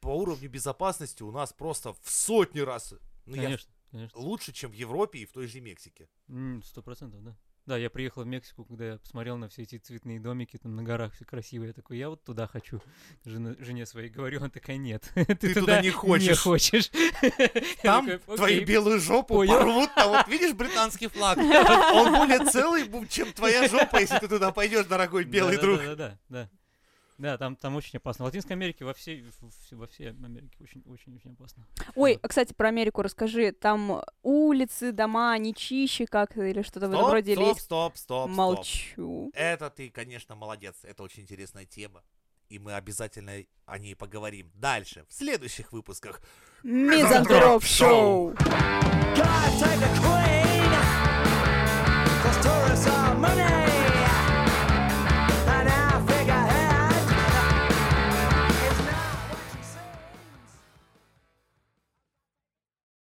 S1: по уровню безопасности у нас просто в сотни раз ну, я-
S4: Конечно, конечно.
S1: лучше, чем в Европе и в той же Мексике.
S4: М, Сто процентов, да. Да, я приехал в Мексику, когда я посмотрел на все эти цветные домики там на горах, все красиво. Я такой, я вот туда хочу. Жена- жене своей говорю, она такая, нет. *laughs*
S1: Ты туда не
S4: Не
S1: хочешь.
S4: хочешь. *laughs*
S1: Там
S4: Я такой,
S1: твою
S4: «Окей».
S1: белую жопу
S4: Понял.
S1: порвут, а вот видишь британский флаг? Он более целый, будет, чем твоя жопа, если ты туда пойдешь, дорогой белый друг.
S4: Да, да, да, да. Да, там, там очень опасно. В Латинской Америке во всей, в- в- во всей Америке очень, очень, очень опасно.
S2: Ой,
S4: Вот.
S2: а, кстати, про Америку расскажи. Там улицы, дома не чище как-то или что-то в этом
S1: Стоп,
S2: роде или
S1: стоп,
S2: есть?
S1: стоп, стоп, стоп.
S2: Молчу.
S1: Это ты, конечно, молодец. Это очень интересная тема. И мы обязательно о ней поговорим дальше, в следующих выпусках.
S2: Мизантроп шоу.
S3: God save the queen, 'cause tourists are money.